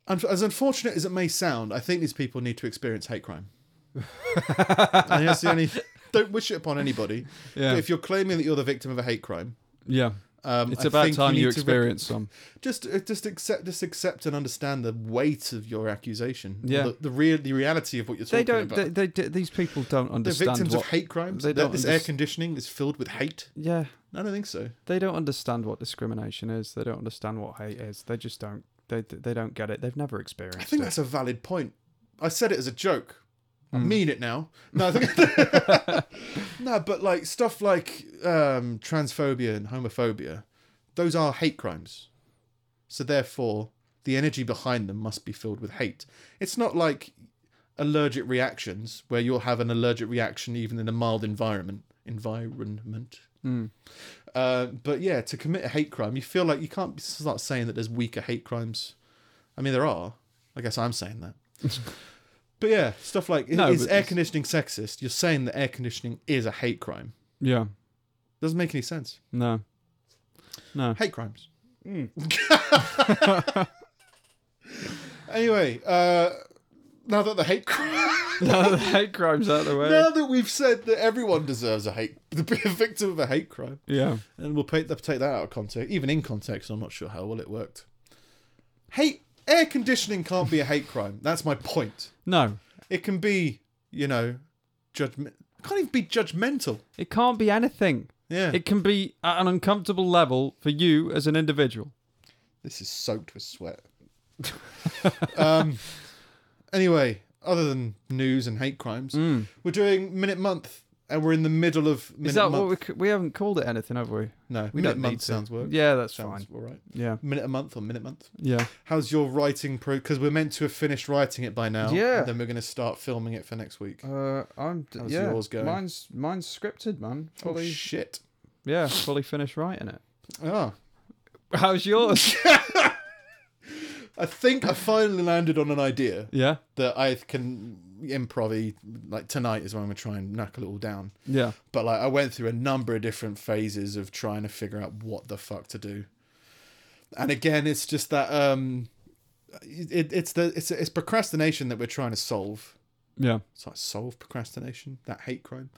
Speaker 1: Unf- As unfortunate as it may sound, I think these people need to experience hate crime. and that's the only. Don't wish it upon anybody.
Speaker 2: Yeah.
Speaker 1: But if you're claiming that you're the victim of a hate crime,
Speaker 2: Yeah.
Speaker 1: Um,
Speaker 2: It's
Speaker 1: I
Speaker 2: about
Speaker 1: think
Speaker 2: time
Speaker 1: need
Speaker 2: you
Speaker 1: to rec-
Speaker 2: experience some.
Speaker 1: just uh, just accept just accept and understand the weight of your accusation.
Speaker 2: Yeah.
Speaker 1: the the, real, the reality of what you're
Speaker 2: They
Speaker 1: talking
Speaker 2: don't.
Speaker 1: about.
Speaker 2: They, they, they- these people don't
Speaker 1: They're
Speaker 2: understand
Speaker 1: victims
Speaker 2: what.
Speaker 1: of hate crimes.
Speaker 2: they
Speaker 1: That
Speaker 2: don't
Speaker 1: this air
Speaker 2: underst-
Speaker 1: conditioning is filled with hate.
Speaker 2: yeah,
Speaker 1: I don't think so.
Speaker 2: they don't understand what discrimination is. They don't understand what hate is. They just don't. They they don't get it. They've never experienced.
Speaker 1: I think
Speaker 2: it.
Speaker 1: that's a valid point. I said it as a joke. I
Speaker 2: Hmm.
Speaker 1: mean it now. No, I think no, but like stuff like um, transphobia and homophobia, those are hate crimes. So therefore, the energy behind them must be filled with hate. It's not like allergic reactions where you'll have an allergic reaction even in a mild environment. Environment.
Speaker 2: Hmm.
Speaker 1: Uh, but yeah, to commit a hate crime, you feel like you can't start saying that there's weaker hate crimes. I mean, there are. I guess I'm saying that. but yeah, stuff like
Speaker 2: No,
Speaker 1: is
Speaker 2: but
Speaker 1: air
Speaker 2: it's-
Speaker 1: conditioning sexist? You're saying that air conditioning is a hate crime.
Speaker 2: Yeah.
Speaker 1: Doesn't make any sense.
Speaker 2: No. No.
Speaker 1: Hate crimes.
Speaker 2: Hmm.
Speaker 1: anyway, uh, now that the hate crime.
Speaker 2: Now the hate crimes out of the way.
Speaker 1: Now that we've said that everyone deserves a hate, to be a victim of a hate crime,
Speaker 2: Yeah.
Speaker 1: and we'll take, take that out of context. Even in context, I'm not sure how well it worked. Hate air conditioning can't be a hate crime. That's my point.
Speaker 2: No.
Speaker 1: It can be, you know, judgment. Can't even be judgmental.
Speaker 2: It can't be anything.
Speaker 1: Yeah.
Speaker 2: It can be at an uncomfortable level for you as an individual.
Speaker 1: This is soaked with sweat. um. Anyway, other than news and hate crimes, we're doing minute month, and we're in the middle of minute
Speaker 2: Hmm. Is that
Speaker 1: month.
Speaker 2: what we c- we haven't called it anything, have we?
Speaker 1: no,
Speaker 2: We
Speaker 1: minute
Speaker 2: don't need
Speaker 1: month
Speaker 2: to.
Speaker 1: sounds work.
Speaker 2: Yeah, that's
Speaker 1: sounds
Speaker 2: fine.
Speaker 1: all right.
Speaker 2: Yeah.
Speaker 1: Minute a month or minute month.
Speaker 2: Yeah.
Speaker 1: How's your writing pro? Because we're meant to have finished writing it by now.
Speaker 2: Yeah.
Speaker 1: And then we're going to start filming it for next week. Oh,
Speaker 2: Uh, I'm
Speaker 1: How's yeah, yours going?
Speaker 2: Mine's mine's scripted, man.
Speaker 1: oh shit!
Speaker 2: yeah, fully finished writing it.
Speaker 1: Ah,
Speaker 2: How's yours?
Speaker 1: I think I finally landed on an idea
Speaker 2: yeah,
Speaker 1: that I can improv. Like tonight is when I'm going to try and knuckle it all down.
Speaker 2: yeah,
Speaker 1: But like I went through a number of different phases of trying to figure out what the fuck to do. And again, it's just that um, it, it's the it's it's procrastination that we're trying to solve.
Speaker 2: yeah,
Speaker 1: it's like solve procrastination, that hate crime,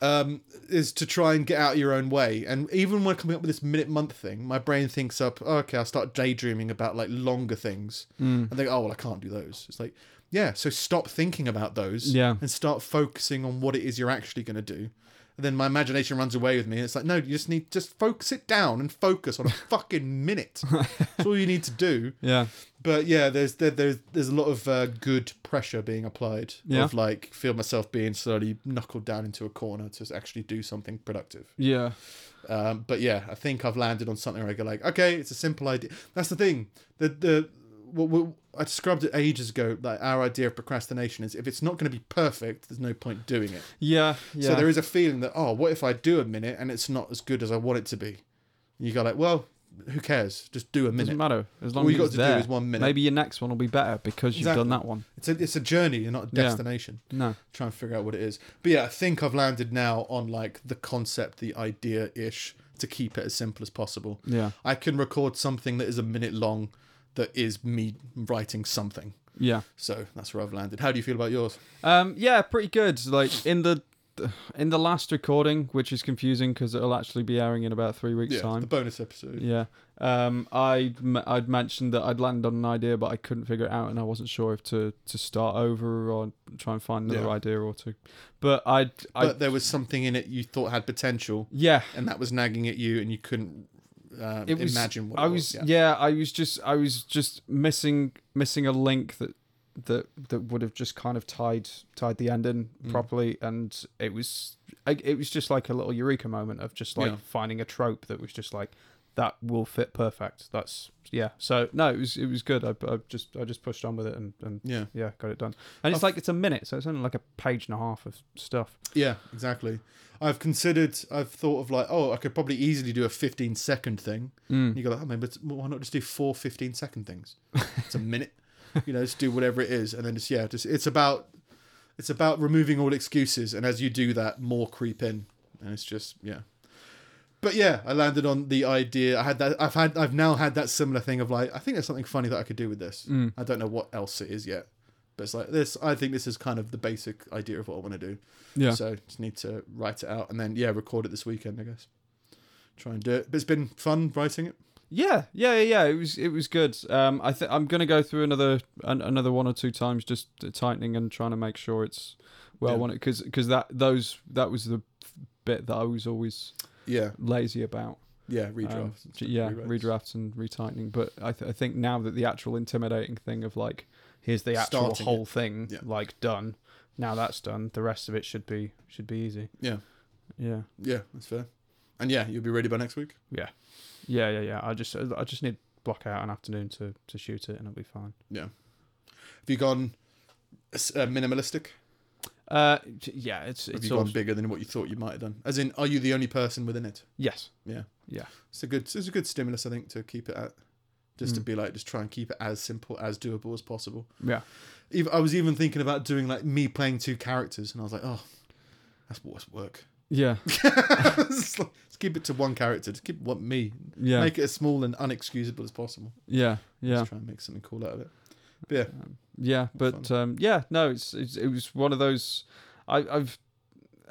Speaker 1: um, is to try and get out of your own way. And even when coming up with this minute month thing, my brain thinks up, oh, okay, I'll start daydreaming about like longer things. And think, oh, well, I can't do those. It's like, yeah, so stop thinking about those
Speaker 2: Yeah.
Speaker 1: and start focusing on what it is you're actually going to do. And then my imagination runs away with me. And it's like, no, you just need, just focus it down and focus on a fucking minute. That's all you need to do
Speaker 2: yeah,
Speaker 1: but yeah, there's there, there's there's a lot of uh, good pressure being applied
Speaker 2: Yeah.
Speaker 1: of like feel myself being slowly knuckled down into a corner to actually do something productive.
Speaker 2: yeah,
Speaker 1: Um, but yeah, I think I've landed on something where I go like, okay, it's a simple idea. That's the thing. The the what, what I described it ages ago. Like our idea of procrastination is if it's not going to be perfect, there's no point doing it.
Speaker 2: yeah, yeah.
Speaker 1: So there is a feeling that oh, what if I do a minute and it's not as good as I want it to be? You go like, well, who cares? Just do a minute.
Speaker 2: Doesn't matter as long
Speaker 1: All
Speaker 2: as
Speaker 1: you got
Speaker 2: it's
Speaker 1: to do
Speaker 2: there.
Speaker 1: is one minute.
Speaker 2: Maybe your next one will be better because you've done
Speaker 1: Exactly.
Speaker 2: that one.
Speaker 1: It's a it's a journey, and not a
Speaker 2: Yeah.
Speaker 1: destination.
Speaker 2: No,
Speaker 1: try and figure out what it is. But yeah, I think I've landed now on like the concept, the idea ish to keep it as simple as possible.
Speaker 2: yeah,
Speaker 1: I can record something that is a minute long that is me writing something.
Speaker 2: yeah.
Speaker 1: So that's where I've landed. How do you feel about yours?
Speaker 2: Um, yeah, pretty good. Like in the in the last recording, which is confusing because it'll actually be airing in about three weeks'
Speaker 1: Yeah,
Speaker 2: time.
Speaker 1: the bonus episode.
Speaker 2: Yeah. Um, I I'd mentioned that I'd landed on an idea, but I couldn't figure it out, and I wasn't sure if to, to start over or try and find another
Speaker 1: Yeah.
Speaker 2: idea or two. But I I
Speaker 1: But there was something in it you thought had potential,
Speaker 2: yeah.
Speaker 1: and that was nagging at you, and you couldn't uh,
Speaker 2: It was,
Speaker 1: imagine what
Speaker 2: I
Speaker 1: it
Speaker 2: was.
Speaker 1: was.
Speaker 2: Yeah. I was just I was just missing missing a link that that that would have just kind of tied tied the end in
Speaker 1: Mm.
Speaker 2: properly, and it was I, it was just like a little eureka moment of just like
Speaker 1: Yeah.
Speaker 2: finding a trope that was just like that will fit perfect. That's yeah. So no, it was it was good. I, I just I just pushed on with it and, and
Speaker 1: Yeah.
Speaker 2: yeah got it done. And it's like it's a minute, so it's only like a page and a half of stuff.
Speaker 1: Yeah, exactly. I've considered, I've thought of like, oh, I could probably easily do a 15 second thing. And you go, like, oh, maybe it's, well, why not just do four 15 second things? It's a minute. you know, just do whatever it is. And then just, yeah, just, it's about, it's about removing all excuses. And as you do that, more creep in. And it's just, yeah. But yeah, I landed on the idea. I had that. I've had. I've now had that similar thing of like, I think there's something funny that I could do with this. I don't know what else it is yet, but it's like this. I think this is kind of the basic idea of what I want to do.
Speaker 2: Yeah.
Speaker 1: So just need to write it out and then yeah, record it this weekend, I guess. try and do it. But it's been fun writing it.
Speaker 2: Yeah, yeah, yeah. yeah, It was it was good. Um, I think I'm gonna go through another an- another one or two times, just tightening and trying to make sure it's well
Speaker 1: Yeah.
Speaker 2: wanted because because that those that was the bit that I was always
Speaker 1: Yeah,
Speaker 2: lazy about.
Speaker 1: yeah,
Speaker 2: Um,
Speaker 1: redraft.
Speaker 2: j- yeah,
Speaker 1: rewrites.
Speaker 2: redrafts and retightening. But I th- I think now that the actual intimidating thing of like here's the actual
Speaker 1: Starting
Speaker 2: whole thing
Speaker 1: Yeah.
Speaker 2: like done. Now that's done. The rest of it should be should be easy.
Speaker 1: Yeah,
Speaker 2: Yeah.
Speaker 1: yeah, that's fair. And yeah, you'll be ready by next week.
Speaker 2: Yeah, yeah, yeah, yeah. I just I just need block out an afternoon to to shoot it, and it'll be fine.
Speaker 1: Yeah. Have you gone s- uh, minimalistic?
Speaker 2: Uh, t- yeah, it's
Speaker 1: Have
Speaker 2: it's
Speaker 1: you
Speaker 2: all,
Speaker 1: gone bigger than what you thought you might have done? As in, are you the only person within it?
Speaker 2: yes,
Speaker 1: Yeah.
Speaker 2: yeah,
Speaker 1: It's a good it's a good stimulus, I think, to keep it at just
Speaker 2: Hmm.
Speaker 1: to be like just try and keep it as simple as doable as possible.
Speaker 2: yeah.
Speaker 1: Even, I was even thinking about doing like me playing two characters, and I was like, oh, that's what's work.
Speaker 2: Yeah,
Speaker 1: It's like, Let's keep it to one character. Just keep one me.
Speaker 2: yeah,
Speaker 1: Make it as small and unexcusable as possible.
Speaker 2: yeah, yeah,
Speaker 1: Just try and make something cool out of it. But yeah,
Speaker 2: yeah. But um, yeah, no, it's, it's it was one of those. I, I've,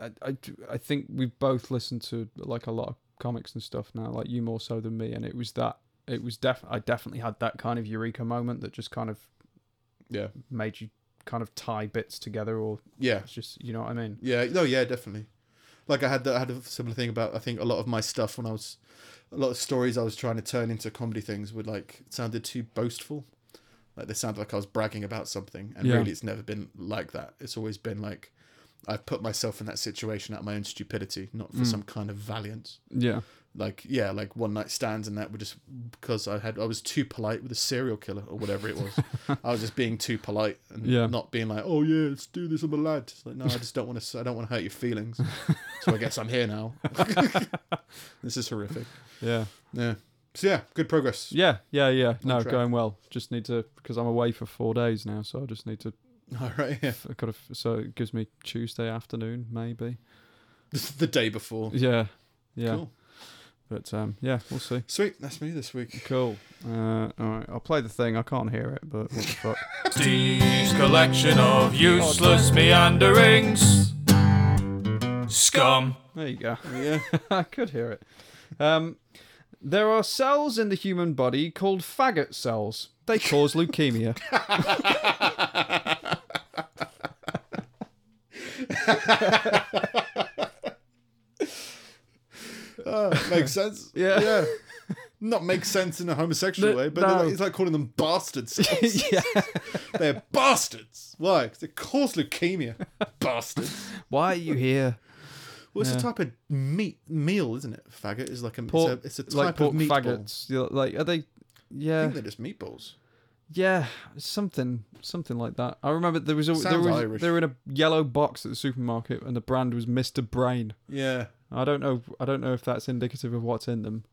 Speaker 2: I, I, do- I think we've both listened to like a lot of comics and stuff now, like you more so than me, and it was that. It was def. I definitely had that kind of eureka moment that just kind of
Speaker 1: yeah,
Speaker 2: made you kind of tie bits together, or
Speaker 1: yeah.
Speaker 2: it's just you know what I mean.
Speaker 1: Yeah, no, yeah, definitely. Like I had that, I had a similar thing about I think a lot of my stuff when I was a lot of stories I was trying to turn into comedy things would like it sounded too boastful. Like they sounded like I was bragging about something, and
Speaker 2: Yeah.
Speaker 1: really it's never been like that. It's always been like I've put myself in that situation out of my own stupidity, not
Speaker 2: Hmm.
Speaker 1: for some kind of valiance.
Speaker 2: Yeah.
Speaker 1: Like yeah, like one night stands and that were just because I had I was too polite with a serial killer or whatever it was. I was just being too polite and
Speaker 2: Yeah.
Speaker 1: not being like, oh yeah, let's do this. I'm a lad. It's like no, I just don't want to. I don't want to hurt your feelings. so I guess I'm here now. this is horrific.
Speaker 2: Yeah.
Speaker 1: Yeah. So yeah, good progress.
Speaker 2: Yeah, yeah, yeah. No,
Speaker 1: track.
Speaker 2: going well. Just need to because I'm away for four days now, so I just need to
Speaker 1: All right. Yeah.
Speaker 2: I kind of so it gives me Tuesday afternoon maybe.
Speaker 1: This is the day before.
Speaker 2: Yeah, yeah.
Speaker 1: Cool.
Speaker 2: But um, yeah, we'll see.
Speaker 1: Sweet. That's me this week.
Speaker 2: Cool. Uh, all right, I'll play the thing. I can't hear it, but what the fuck?
Speaker 3: Steve's collection of useless meanderings. Scum.
Speaker 2: There you go.
Speaker 1: Yeah.
Speaker 2: I could hear it. Um, there are cells in the human body called faggot cells. They cause leukemia.
Speaker 1: Uh, makes sense.
Speaker 2: Yeah.
Speaker 1: Yeah. Not make sense in a homosexual
Speaker 2: No,
Speaker 1: way, but they're like-
Speaker 2: no.
Speaker 1: it's like calling them bastards.
Speaker 2: yeah.
Speaker 1: They're bastards. Why? 'Cause they cause leukemia. Bastards.
Speaker 2: Why are you here?
Speaker 1: Well, it's
Speaker 2: Yeah.
Speaker 1: a type of meat meal, isn't it? Faggot is like a
Speaker 2: Pork,
Speaker 1: it's a, it's a type
Speaker 2: like pork
Speaker 1: of meatball.
Speaker 2: faggots. You're Like are they?
Speaker 1: I
Speaker 2: Yeah.
Speaker 1: think they're just meatballs.
Speaker 2: Yeah, something, something like that. I remember there was a there
Speaker 1: Sounds
Speaker 2: was
Speaker 1: Irish.
Speaker 2: they were in a yellow box at the supermarket, and the brand was Mister Brain.
Speaker 1: Yeah.
Speaker 2: I don't know. I don't know if that's indicative of what's in them.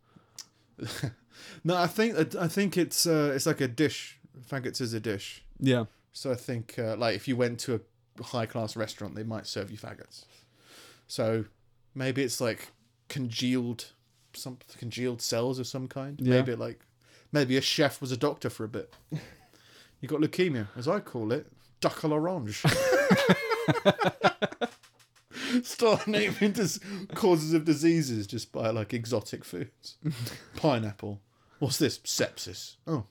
Speaker 1: No, I think I think it's uh, it's like a dish. Faggots is a dish.
Speaker 2: Yeah,
Speaker 1: So I think uh, like if you went to a high class restaurant, they might serve you faggots. So maybe it's like congealed some congealed cells of some kind.
Speaker 2: Yeah.
Speaker 1: Maybe like maybe a chef was a doctor for a bit. you got leukemia, as I call it, duck à l'orange. Start naming dis- causes of diseases just by like exotic foods. Pineapple. What's this? Sepsis. Oh,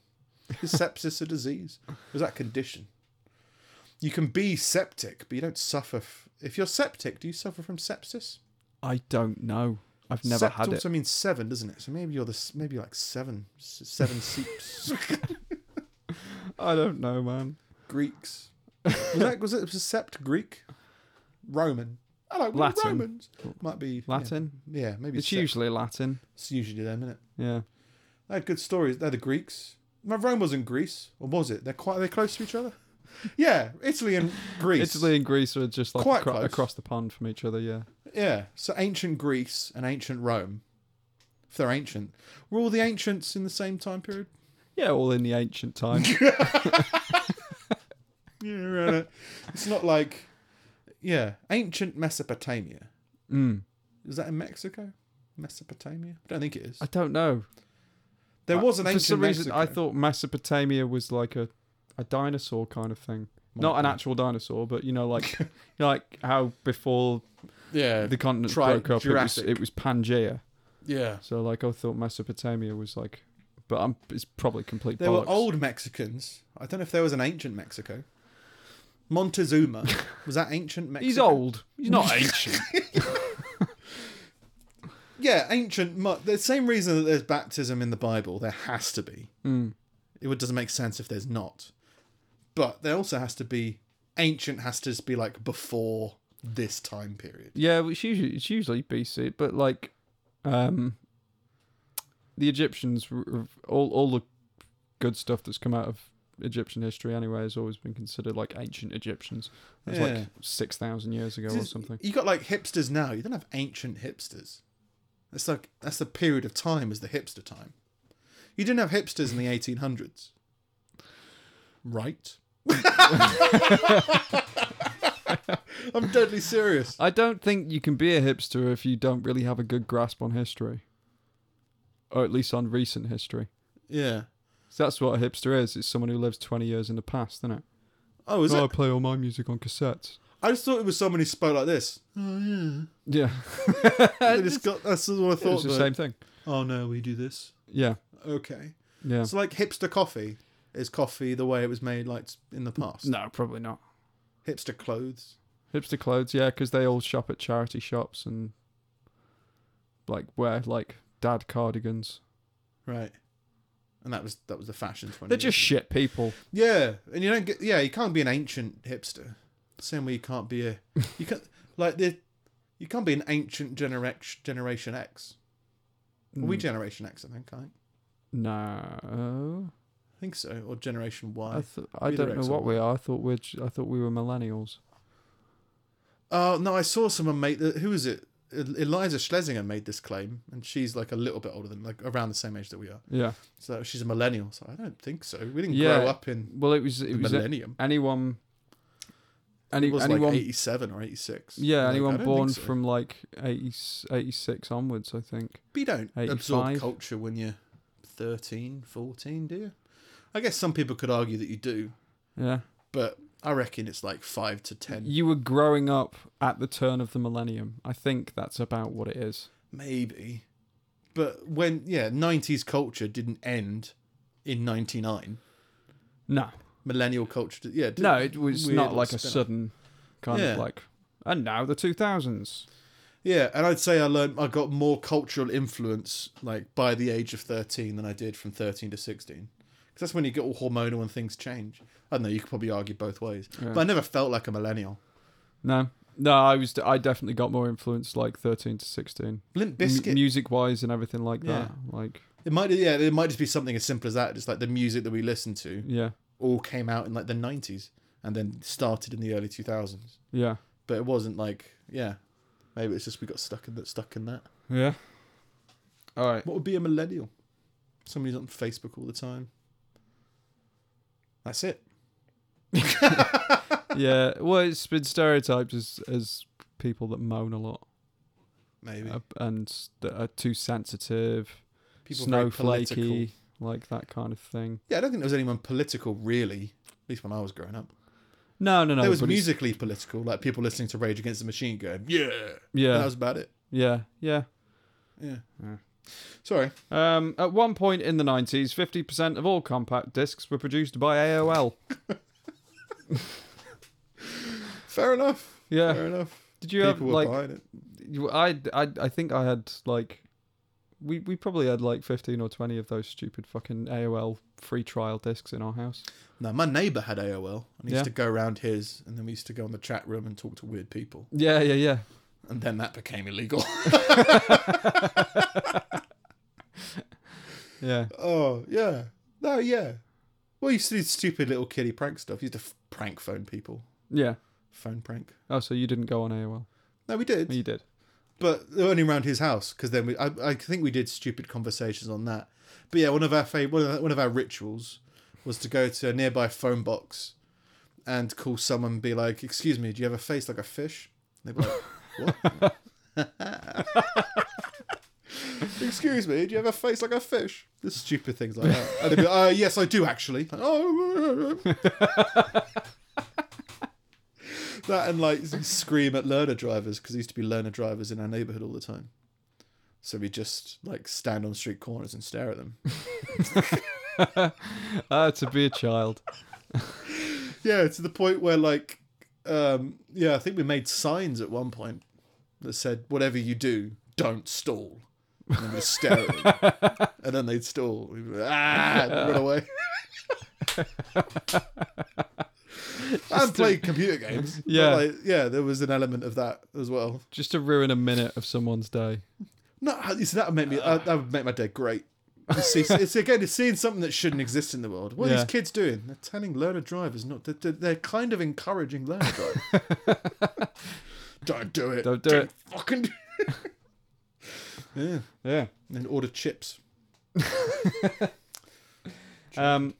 Speaker 1: is sepsis a disease? Or Is that a condition? You can be septic, but you don't suffer. F- if you're septic, do you suffer from sepsis?
Speaker 2: I don't know. I've never
Speaker 1: Sept
Speaker 2: had it.
Speaker 1: also means seven, doesn't it? So maybe you're the s- maybe like seven, s- seven seeps.
Speaker 2: I don't know, man.
Speaker 1: Greeks. Was that was it was sept Greek, Roman? I like
Speaker 2: Latin.
Speaker 1: Romans. Might be yeah.
Speaker 2: Latin.
Speaker 1: Yeah, maybe
Speaker 2: It's
Speaker 1: sept.
Speaker 2: usually Latin.
Speaker 1: It's usually them, isn't it?
Speaker 2: Yeah.
Speaker 1: They had good stories. They're the Greeks. No, Rome wasn't Greece, or was it? They're quite. Are they close to each other? Yeah, Italy and Greece.
Speaker 2: Italy and Greece are just like
Speaker 1: Quite
Speaker 2: acro-
Speaker 1: close.
Speaker 2: across the pond from each other. Yeah.
Speaker 1: Yeah. So ancient Greece and ancient Rome, if they're ancient, were all the ancients in the same time period?
Speaker 2: Yeah, all in the ancient time.
Speaker 1: Yeah, right. it's not like, yeah, ancient Mesopotamia.
Speaker 2: mm.
Speaker 1: Is that in Mexico? Mesopotamia? I don't think it is.
Speaker 2: I don't know.
Speaker 1: There was an
Speaker 2: for
Speaker 1: ancient.
Speaker 2: some reason.
Speaker 1: Mexico.
Speaker 2: I thought Mesopotamia was like a, a dinosaur kind of thing. Not an
Speaker 1: be.
Speaker 2: actual dinosaur, but you know, like you know, like how before
Speaker 1: Yeah.
Speaker 2: the continents
Speaker 1: Tri-
Speaker 2: broke up, it was,
Speaker 1: Jurassic.
Speaker 2: it was Pangea.
Speaker 1: Yeah.
Speaker 2: So like I thought Mesopotamia was like, but I'm, it's probably complete.
Speaker 1: There
Speaker 2: bollocks.
Speaker 1: were old Mexicans. I don't know if there was an ancient Mexico. Montezuma. was that ancient Mexico?
Speaker 2: He's old. He's not ancient.
Speaker 1: Yeah, ancient. Mo- the same reason that there's baptism in the Bible, there has to be.
Speaker 2: Hmm.
Speaker 1: It would- doesn't make sense if there's not. But there also has to be. Ancient has to be like before this time period.
Speaker 2: yeah, well, it's usually it's usually BC, but like, um, the Egyptians, were- were- all all the good stuff that's come out of Egyptian history anyway has always been considered like ancient Egyptians. That's
Speaker 1: Yeah.
Speaker 2: like six thousand years ago or something.
Speaker 1: You got like hipsters now. You don't have ancient hipsters. That's like that's the period of time is the hipster time. You didn't have hipsters in the 1800s, right? I'm deadly serious.
Speaker 2: I don't think you can be a hipster if you don't really have a good grasp on history, or at least on recent history.
Speaker 1: Yeah.
Speaker 2: 'Cause that's what a hipster is. It's someone who lives twenty years in the past, isn't it?
Speaker 1: Oh, is
Speaker 2: Oh, I
Speaker 1: it?
Speaker 2: play all my music on cassettes.
Speaker 1: I just thought it was someone who spoke like this.
Speaker 2: Uh, Yeah,
Speaker 1: They just got, that's what I thought.
Speaker 2: it's the
Speaker 1: but-
Speaker 2: same thing.
Speaker 1: Oh no, we do this.
Speaker 2: Yeah,
Speaker 1: Okay.
Speaker 2: yeah.
Speaker 1: It's like hipster coffee. Is coffee the way it was made, like in the past?
Speaker 2: No, probably not.
Speaker 1: Hipster clothes.
Speaker 2: Hipster clothes, yeah, 'cause they all shop at charity shops and like wear like dad cardigans.
Speaker 1: Right. And that was that was the fashion twenty.
Speaker 2: They're just
Speaker 1: years
Speaker 2: shit people.
Speaker 1: ago. yeah, and you don't get yeah. You can't be an ancient hipster. Same way you can't be a you can't like the you can't be an ancient generation generation X. Are
Speaker 2: Mm.
Speaker 1: we generation X, I think. I think,
Speaker 2: No,
Speaker 1: I think so, or generation Y.
Speaker 2: I th- I
Speaker 1: Either
Speaker 2: don't know
Speaker 1: X or
Speaker 2: what we are. I thought we're j- I thought we were millennials.
Speaker 1: Oh no, I saw someone make the who is it? El- Eliza Schlesinger made this claim, and she's like a little bit older than like around the same age that we are.
Speaker 2: Yeah,
Speaker 1: So she's a millennial. So I don't think so. We didn't
Speaker 2: yeah.
Speaker 1: grow up in
Speaker 2: well, it was it was a-
Speaker 1: millennium.
Speaker 2: anyone. Any,
Speaker 1: It was
Speaker 2: anyone,
Speaker 1: like eighty seven or eighty six.
Speaker 2: yeah, anyone born from like 80, 86 onwards, I think.
Speaker 1: But you don't absorb
Speaker 2: 85.
Speaker 1: culture when you're 13, 14, do you? I guess some people could argue that you do,
Speaker 2: Yeah,
Speaker 1: but I reckon it's like 5 to 10.
Speaker 2: you were growing up at the turn of the millennium. I think that's about what it is.
Speaker 1: Maybe. But when, yeah, 90s culture didn't end in 99.
Speaker 2: No,
Speaker 1: Millennial culture, did, yeah. Did,
Speaker 2: No, it was
Speaker 1: weird
Speaker 2: not
Speaker 1: little
Speaker 2: like a
Speaker 1: spin-off.
Speaker 2: sudden kind
Speaker 1: Yeah.
Speaker 2: of like. And now the two thousands.
Speaker 1: Yeah, and I'd say I learned, I got more cultural influence like by the age of 13 than I did from 13 to 16. Because that's when you get all hormonal and things change. I don't know, you could probably argue both ways. But I never felt like a millennial.
Speaker 2: No, no, I was I definitely got more influence like thirteen to sixteen,
Speaker 1: Limp Biscuit.
Speaker 2: music wise and everything like that. Like
Speaker 1: It might, yeah, it might just be something as simple as that. Just like the music that we listen to
Speaker 2: yeah,
Speaker 1: all came out in like the '90s and then started in the early 2000s.
Speaker 2: yeah,
Speaker 1: But it wasn't like, yeah, maybe it's just we got stuck in that, stuck in that.
Speaker 2: yeah. All right.
Speaker 1: What would be a millennial? Somebody who's on Facebook all the time. That's it.
Speaker 2: yeah. Well, it's been stereotyped as as people that moan a lot
Speaker 1: Maybe
Speaker 2: uh, and that are too sensitive,
Speaker 1: people very political.
Speaker 2: snowflakey, like that kind of thing.
Speaker 1: Yeah, I don't think there was anyone political really. At least when I was growing up,
Speaker 2: No, no, no.
Speaker 1: there was
Speaker 2: but it's-
Speaker 1: musically political, like people listening to Rage Against the Machine going, "Yeah," and
Speaker 2: Yeah,
Speaker 1: that was about it.
Speaker 2: yeah, yeah.
Speaker 1: Yeah.
Speaker 2: Yeah.
Speaker 1: Sorry.
Speaker 2: Um, at one point in the 90s, 50% of all compact discs were produced by AOL.
Speaker 1: Fair enough. Fair
Speaker 2: Yeah.
Speaker 1: enough.
Speaker 2: Did you have
Speaker 1: People were
Speaker 2: like
Speaker 1: buying it.
Speaker 2: you- I, I I think I had like we we probably had like 15 or 20 of those stupid fucking AOL free trial discs in our house.
Speaker 1: No, my neighbour had AOL and he
Speaker 2: Yeah.
Speaker 1: used to go around his and then we used to go in the chat room and talk to weird people.
Speaker 2: Yeah, yeah, yeah.
Speaker 1: And then that became illegal.
Speaker 2: Yeah.
Speaker 1: oh, yeah. No, yeah. Well, you used to do stupid little kiddie prank stuff. You used to f- prank phone people.
Speaker 2: Yeah.
Speaker 1: Phone prank.
Speaker 2: Oh, so you didn't go on AOL.
Speaker 1: No, we did.
Speaker 2: You did.
Speaker 1: but only around his house because then we I, I think we did stupid conversations on that but yeah one of our fav- one, of, one of our rituals was to go to a nearby phone box and call someone and be like excuse me do you have a face like a fish And they'd be like what excuse me do you have a face like a fish Just stupid things like that and they'd be like, uh, yes I do actually Like, oh that and like scream at learner drivers because there used to be learner drivers in our neighborhood all the time So we just like stand on street corners and stare at them.
Speaker 2: Ah, to be a child.
Speaker 1: yeah, to the point where like, um, yeah, I think we made signs at one point that said, "Whatever you do, don't stall." And then we just stare at them, and then they'd stall. We'd be like, ah, and run away. and play computer games. but,
Speaker 2: Yeah.
Speaker 1: like, yeah, there was an element of that as well.
Speaker 2: Just to ruin a minute of someone's day.
Speaker 1: No, it's- that would make me. uh, that would make my day great. You see, it's again, it's seeing something that shouldn't exist in the world. What are
Speaker 2: Yeah.
Speaker 1: these kids doing? They're telling learner drivers not. They're, they're- they're kind of encouraging learner drivers. Don't do it.
Speaker 2: Don't do it.
Speaker 1: Fucking. do it. yeah,
Speaker 2: Yeah.
Speaker 1: and order chips.
Speaker 2: Um,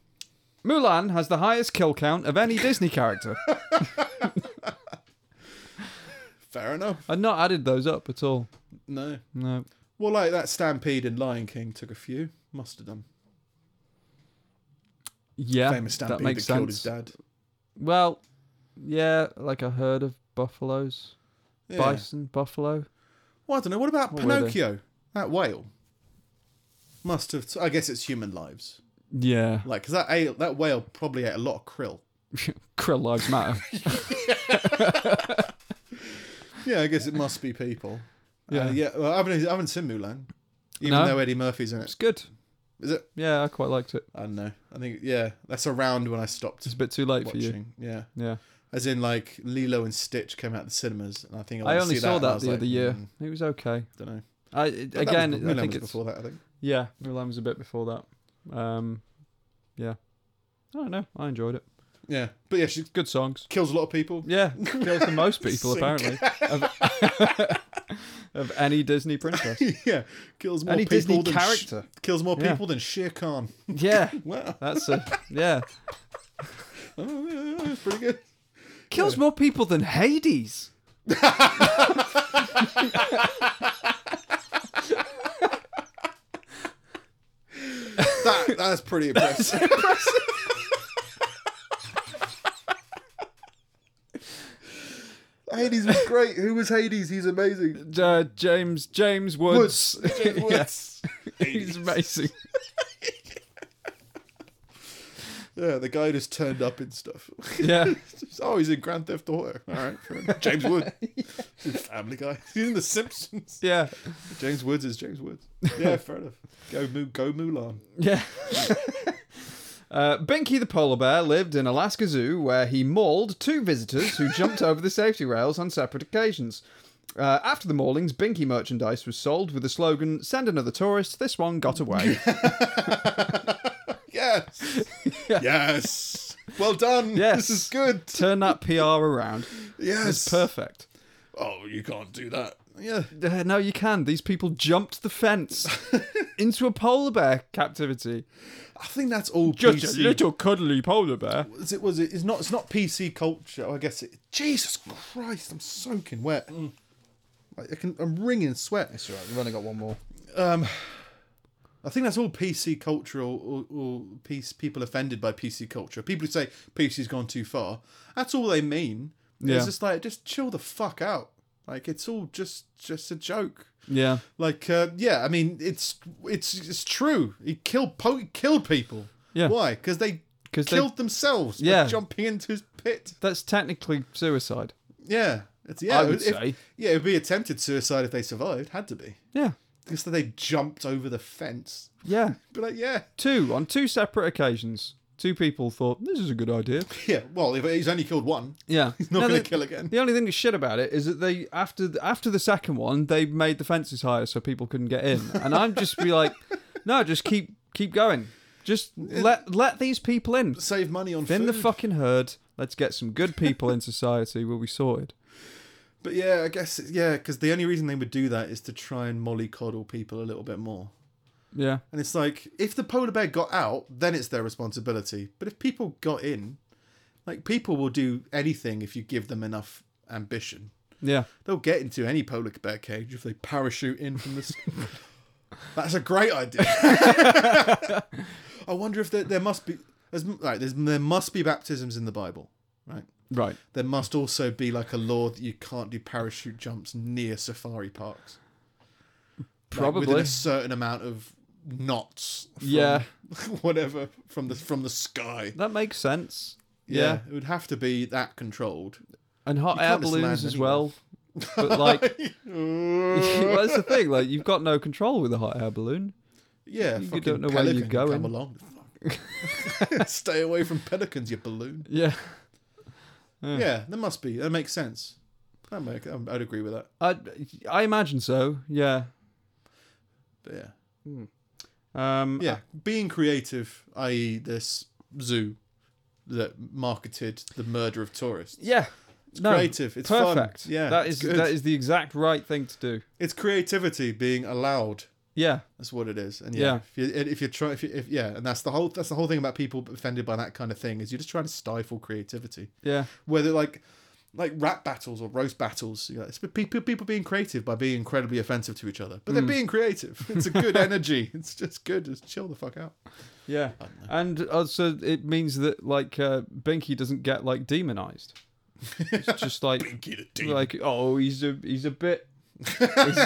Speaker 2: Mulan has the highest kill count of any Disney character.
Speaker 1: Fair enough.
Speaker 2: I'd not added those up at all.
Speaker 1: No.
Speaker 2: No.
Speaker 1: Well, like that stampede in Lion King took a few. Must have done.
Speaker 2: Yeah.
Speaker 1: Famous stampede
Speaker 2: that
Speaker 1: that,
Speaker 2: makes sense.
Speaker 1: killed his dad.
Speaker 2: Well, yeah, like a herd of buffaloes,
Speaker 1: Yeah.
Speaker 2: bison, buffalo.
Speaker 1: Well, I don't know. What about
Speaker 2: What were they?
Speaker 1: Pinocchio? That whale. Must have. I guess it's human lives.
Speaker 2: Yeah.
Speaker 1: Like, 'cause that ale, that whale probably ate a lot of krill.
Speaker 2: Krill lives matter.
Speaker 1: Yeah, I guess it must be people. Yeah,
Speaker 2: Yeah.
Speaker 1: yeah. Well, I haven't, I haven't seen Mulan, even
Speaker 2: No?
Speaker 1: though Eddie Murphy's in it.
Speaker 2: it's good.
Speaker 1: Is it?
Speaker 2: Yeah, I quite liked it.
Speaker 1: I don't know. I think yeah, that's around when I stopped
Speaker 2: It's a bit too late for you.
Speaker 1: watching. Yeah,
Speaker 2: Yeah.
Speaker 1: as in like Lilo and Stitch came out the cinemas, and I think
Speaker 2: I
Speaker 1: I, went to
Speaker 2: only
Speaker 1: see
Speaker 2: saw
Speaker 1: and I
Speaker 2: that
Speaker 1: was
Speaker 2: the
Speaker 1: like,
Speaker 2: other year.
Speaker 1: mm,
Speaker 2: It was okay.
Speaker 1: don't know.
Speaker 2: I it- again,
Speaker 1: Mulan
Speaker 2: I think
Speaker 1: was
Speaker 2: it's
Speaker 1: before that. I think.
Speaker 2: yeah. Mulan was a bit before that. Um, yeah. I don't know. I enjoyed it.
Speaker 1: Yeah, but yeah, she
Speaker 2: Good songs.
Speaker 1: kills a lot of people.
Speaker 2: Yeah, kills the most people
Speaker 1: Sink.
Speaker 2: apparently of, of any Disney princess.
Speaker 1: yeah, kills more
Speaker 2: Any
Speaker 1: people
Speaker 2: Disney
Speaker 1: than Sh-
Speaker 2: character.
Speaker 1: kills more
Speaker 2: Yeah.
Speaker 1: people than Shere Khan.
Speaker 2: Yeah,
Speaker 1: wow,
Speaker 2: that's a yeah.
Speaker 1: that's pretty good.
Speaker 2: Kills more people than Hades.
Speaker 1: That that's pretty impressive. Hades was great. Who was Hades? He's amazing.
Speaker 2: Uh, James James Woods.
Speaker 1: Yes.
Speaker 2: He's amazing.
Speaker 1: Yeah, the guy just turned up in stuff.
Speaker 2: Yeah,
Speaker 1: oh, he's in Grand Theft Auto. All right, fair enough. James Wood. He's in Family Guy. He's in The Simpsons.
Speaker 2: yeah,
Speaker 1: James Woods is James Woods. Yeah, fair enough. Go, Mu- go Mulan.
Speaker 2: yeah. Uh, Binky the polar bear lived in Alaska Zoo where he mauled two visitors who jumped over the safety rails on separate occasions. Uh, after the maulings, Binky merchandise was sold with the slogan, Send another tourist, this one got away.
Speaker 1: Yes. Yes. Well done.
Speaker 2: Yes.
Speaker 1: This is good.
Speaker 2: Turn that PR around.
Speaker 1: Yes.
Speaker 2: Perfect.
Speaker 1: Oh, you can't do that. Yeah.
Speaker 2: Uh, no, you can. These people jumped the fence into a polar bear captivity.
Speaker 1: I think that's all
Speaker 2: Just
Speaker 1: PC.
Speaker 2: a little cuddly polar bear.
Speaker 1: Is it was it? It's not. It's not PC culture. I guess it. Jesus Christ! I'm soaking wet. Like, I can. I'm wringing sweat.
Speaker 4: Mm.
Speaker 1: Um,
Speaker 4: It's all right. We've only got one more.
Speaker 1: I think that's all PC culture or, or, or PC, people offended by PC culture. People who say PC's gone too far. That's all they mean.
Speaker 2: Yeah.
Speaker 1: It's just like just chill the fuck out. Like it's all just just a joke.
Speaker 2: Yeah.
Speaker 1: Like uh, yeah, I mean it's it's it's true. He killed po- he killed people.
Speaker 2: Yeah.
Speaker 1: Why? Because they
Speaker 2: 'Cause they-
Speaker 1: killed themselves. by
Speaker 2: Yeah.
Speaker 1: Jumping into his pit.
Speaker 2: That's technically suicide.
Speaker 1: Yeah. It's, yeah,
Speaker 2: I would
Speaker 1: if-
Speaker 2: say.
Speaker 1: Yeah, it would be attempted suicide if they survived. Had to be.
Speaker 2: Yeah.
Speaker 1: Because they jumped over the fence.
Speaker 2: Yeah.
Speaker 1: But like, yeah.
Speaker 2: Two, on two separate occasions, two people thought, this is a good idea.
Speaker 1: Yeah, well, if he's only killed one,
Speaker 2: Yeah. He's
Speaker 1: not going to kill again.
Speaker 2: The only thing that's shit about it is that they after the, after the second one they made the fences higher so people couldn't get in, and I'm just be like, no, just keep keep going, just let let these people in,
Speaker 1: Save money on
Speaker 2: bin
Speaker 1: food.
Speaker 2: the fucking herd. Let's get some good people in society. We'll be sorted.
Speaker 1: But yeah, I guess, yeah, because the only reason they would do that is to try and mollycoddle people a little bit more.
Speaker 2: Yeah,
Speaker 1: And it's like, if the polar bear got out, then it's their responsibility. But if people got in, like, people will do anything if you give them enough ambition.
Speaker 2: yeah,
Speaker 1: They'll get into any polar bear cage if they parachute in from the. s- That's a great idea. I wonder if there, there must be as m- right. There's, there must be baptisms in the Bible, right?
Speaker 2: right.
Speaker 1: There must also be like a law that you can't do parachute jumps near safari parks. like, within
Speaker 2: Probably.
Speaker 1: a certain amount of knots. From
Speaker 2: Yeah.
Speaker 1: whatever from the from the sky.
Speaker 2: That makes sense. Yeah.
Speaker 1: it would have to be that controlled.
Speaker 2: And hot
Speaker 1: You
Speaker 2: air
Speaker 1: can't just land
Speaker 2: balloons as
Speaker 1: anywhere.
Speaker 2: well. But like well, that's the thing, like you've got no control with a hot air balloon.
Speaker 1: yeah,
Speaker 2: you
Speaker 1: fucking
Speaker 2: don't know where
Speaker 1: pelican
Speaker 2: you're going.
Speaker 1: can Come along. Stay away from pelicans, you balloon.
Speaker 2: Yeah.
Speaker 1: Yeah, that must be. That makes sense. That make, I'd agree with that.
Speaker 2: I I imagine so. Yeah.
Speaker 1: But yeah.
Speaker 2: Um
Speaker 1: yeah, Uh, being creative, i.e., this zoo that marketed the murder of tourists.
Speaker 2: Yeah. It's no,
Speaker 1: creative, it's fun.
Speaker 2: perfect.
Speaker 1: Yeah,
Speaker 2: That
Speaker 1: it's
Speaker 2: is
Speaker 1: good.
Speaker 2: that is the exact right thing to do.
Speaker 1: It's creativity being allowed.
Speaker 2: Yeah.
Speaker 1: That's what it is. And
Speaker 2: Yeah.
Speaker 1: yeah, if you if you're trying, if, you, if yeah, and that's the whole that's the whole thing about people offended by that kind of thing is you're just trying to stifle creativity.
Speaker 2: Yeah.
Speaker 1: Whether like like rap battles or roast battles, you know, it's people people being creative by being incredibly offensive to each other, but
Speaker 2: Mm.
Speaker 1: they're being creative. It's a good energy. It's just good. Just chill the fuck out.
Speaker 2: Yeah. And also it means that like uh Binky doesn't get like demonized. It's just like
Speaker 1: Get it, dude.
Speaker 2: like oh he's a he's a bit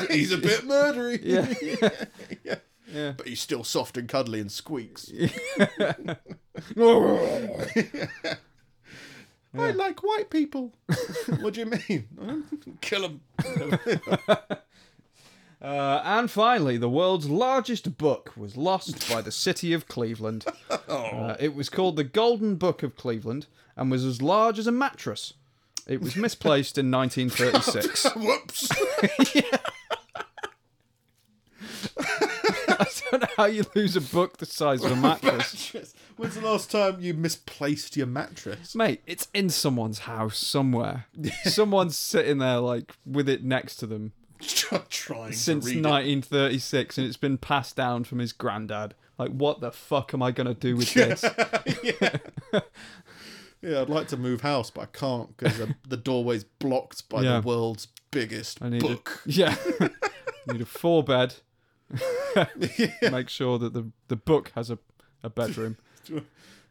Speaker 1: he's a bit murdery.
Speaker 2: yeah.
Speaker 1: Yeah.
Speaker 2: Yeah.
Speaker 1: But he's still soft and cuddly and squeaks. I like white people. what do you mean? Kill them.
Speaker 2: Uh, and finally, the world's largest book was lost by the city of Cleveland. Uh, it was called the Golden Book of Cleveland and was as large as a mattress. It was misplaced in 1936.
Speaker 1: Whoops.
Speaker 2: I don't know how you lose a book the size of a mattress.
Speaker 1: When's the last time you misplaced your mattress?
Speaker 2: Mate, it's in someone's house somewhere. Someone's sitting there, like, with it next to them
Speaker 1: Trying
Speaker 2: since
Speaker 1: to read it.
Speaker 2: 1936 and it's been passed down from his granddad. Like, what the fuck am I going to do with this?
Speaker 1: Yeah, I'd like to move house, but I can't because the, the doorway's blocked by
Speaker 2: Yeah.
Speaker 1: the world's biggest
Speaker 2: I need
Speaker 1: book.
Speaker 2: A, yeah. need a four bed. Make sure that the, the book has a, a bedroom.
Speaker 1: Would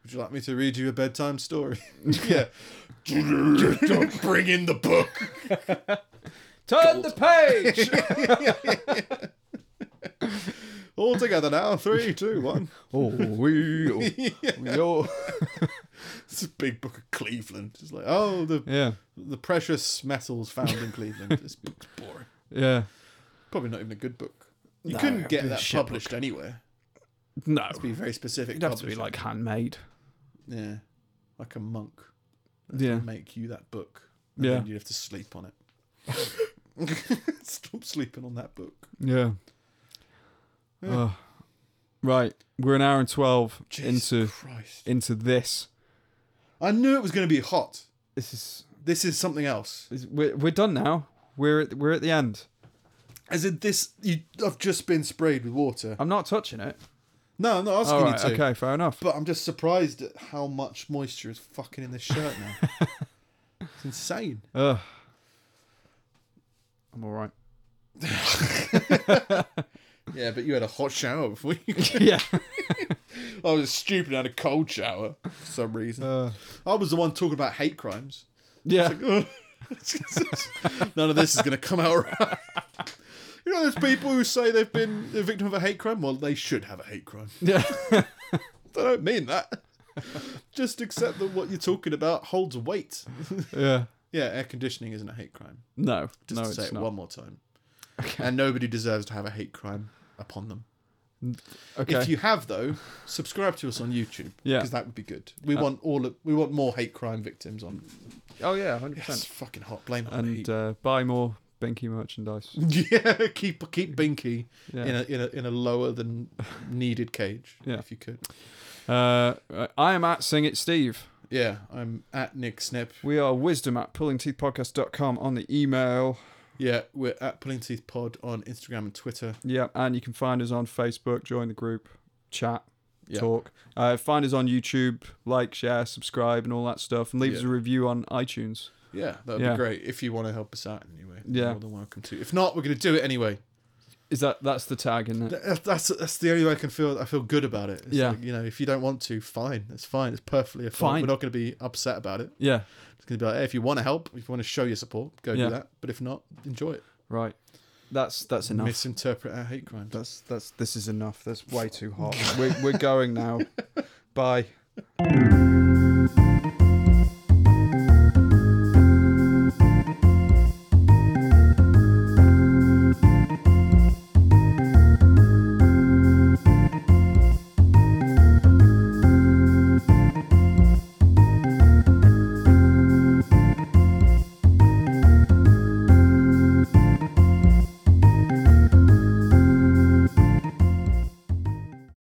Speaker 1: you like me to read you a bedtime story? yeah. Bring in the book.
Speaker 2: Turn the page!
Speaker 1: All together now. Three, two, one.
Speaker 2: oh, we, oh, we all-
Speaker 1: It's a big book of Cleveland. It's like, oh, the
Speaker 2: Yeah.
Speaker 1: the precious metals found in Cleveland. This book's boring.
Speaker 2: Yeah.
Speaker 1: Probably not even a good book. You
Speaker 2: No,
Speaker 1: couldn't
Speaker 2: it'd be
Speaker 1: get
Speaker 2: a
Speaker 1: that
Speaker 2: shit
Speaker 1: published anywhere.
Speaker 2: No.
Speaker 1: Be very specific.
Speaker 2: It'd have to be
Speaker 1: publishing.
Speaker 2: like handmade.
Speaker 1: yeah, like a monk
Speaker 2: Yeah.
Speaker 1: make you that book. And
Speaker 2: Yeah.
Speaker 1: then you'd have to sleep on it. Stop sleeping on that book.
Speaker 2: Yeah. Ugh. right. We're an hour and 12
Speaker 1: Jesus
Speaker 2: into
Speaker 1: Christ.
Speaker 2: into this.
Speaker 1: I knew it was going to be hot.
Speaker 2: This is,
Speaker 1: This is something else.
Speaker 2: is we're, we're done now. We're at, we're at the end.
Speaker 1: As in this, you, I've just been sprayed with water.
Speaker 2: I'm not touching it.
Speaker 1: No, I'm not asking
Speaker 2: All right.
Speaker 1: you to.
Speaker 2: Okay. Fair enough.
Speaker 1: But I'm just surprised at how much moisture is fucking in this shirt now. it's insane.
Speaker 2: Ugh. I'm all right.
Speaker 1: Yeah, but you had a hot shower before you.
Speaker 2: yeah.
Speaker 1: I was stupid and had a cold shower for some reason.
Speaker 2: Uh.
Speaker 1: I was the one talking about hate crimes.
Speaker 2: yeah.
Speaker 1: None of this is going to come out right. You know those people who say they've been the victim of a hate crime? Well, they should have a hate crime.
Speaker 2: yeah.
Speaker 1: I don't mean that. Just accept that what you're talking about holds weight.
Speaker 2: Yeah.
Speaker 1: Yeah, air conditioning isn't a hate crime.
Speaker 2: No.
Speaker 1: Just
Speaker 2: no,
Speaker 1: to say
Speaker 2: it's
Speaker 1: it
Speaker 2: not.
Speaker 1: one more time. And nobody deserves to have a hate crime upon them.
Speaker 2: okay.
Speaker 1: If you have though, subscribe to us on YouTube.
Speaker 2: Yeah. Uh,
Speaker 1: because that would be good. We want all of, we want more hate crime victims on.
Speaker 2: oh yeah, hundred
Speaker 1: That's fucking hot. Blame it on the
Speaker 2: And
Speaker 1: heat.
Speaker 2: uh, buy more Benki merchandise.
Speaker 1: yeah, keep keep Binky
Speaker 2: Yeah.
Speaker 1: in a in a in a lower than needed cage.
Speaker 2: Yeah.
Speaker 1: if you could.
Speaker 2: Uh, I am at Sing It Steve.
Speaker 1: Yeah, I'm at Nick Snip.
Speaker 2: We are wisdom at pullingteethpodcast.com on the email.
Speaker 1: Yeah, we're at Pulling Teeth Pod on Instagram and Twitter.
Speaker 2: Yeah, and you can find us on Facebook. Join the group, chat,
Speaker 1: Yeah.
Speaker 2: talk. Uh, find us on YouTube. Like, share, subscribe, and all that stuff. And leave us a
Speaker 1: Yeah.
Speaker 2: review on iTunes.
Speaker 1: Yeah, that'd
Speaker 2: Yeah.
Speaker 1: be great if you want to help us out anyway.
Speaker 2: Yeah.
Speaker 1: you're more than welcome to. If not, we're gonna do it anyway.
Speaker 2: Is that that's the tag in it?
Speaker 1: That- That's that's the only way I can feel. I feel good about it. It's
Speaker 2: Yeah.
Speaker 1: like, you know, if you don't want to, fine. It's fine. It's perfectly
Speaker 2: Fine.
Speaker 1: fine. We're not going to be upset about it.
Speaker 2: Yeah.
Speaker 1: It's going to be like, hey, if you want to help, if you want to show your support, go
Speaker 2: Yeah.
Speaker 1: do that. But if not, enjoy it.
Speaker 2: Right. that's that's enough.
Speaker 1: Misinterpret our hate crimes.
Speaker 2: That's that's this is enough. That's way too hot. we're, we're going now. Bye.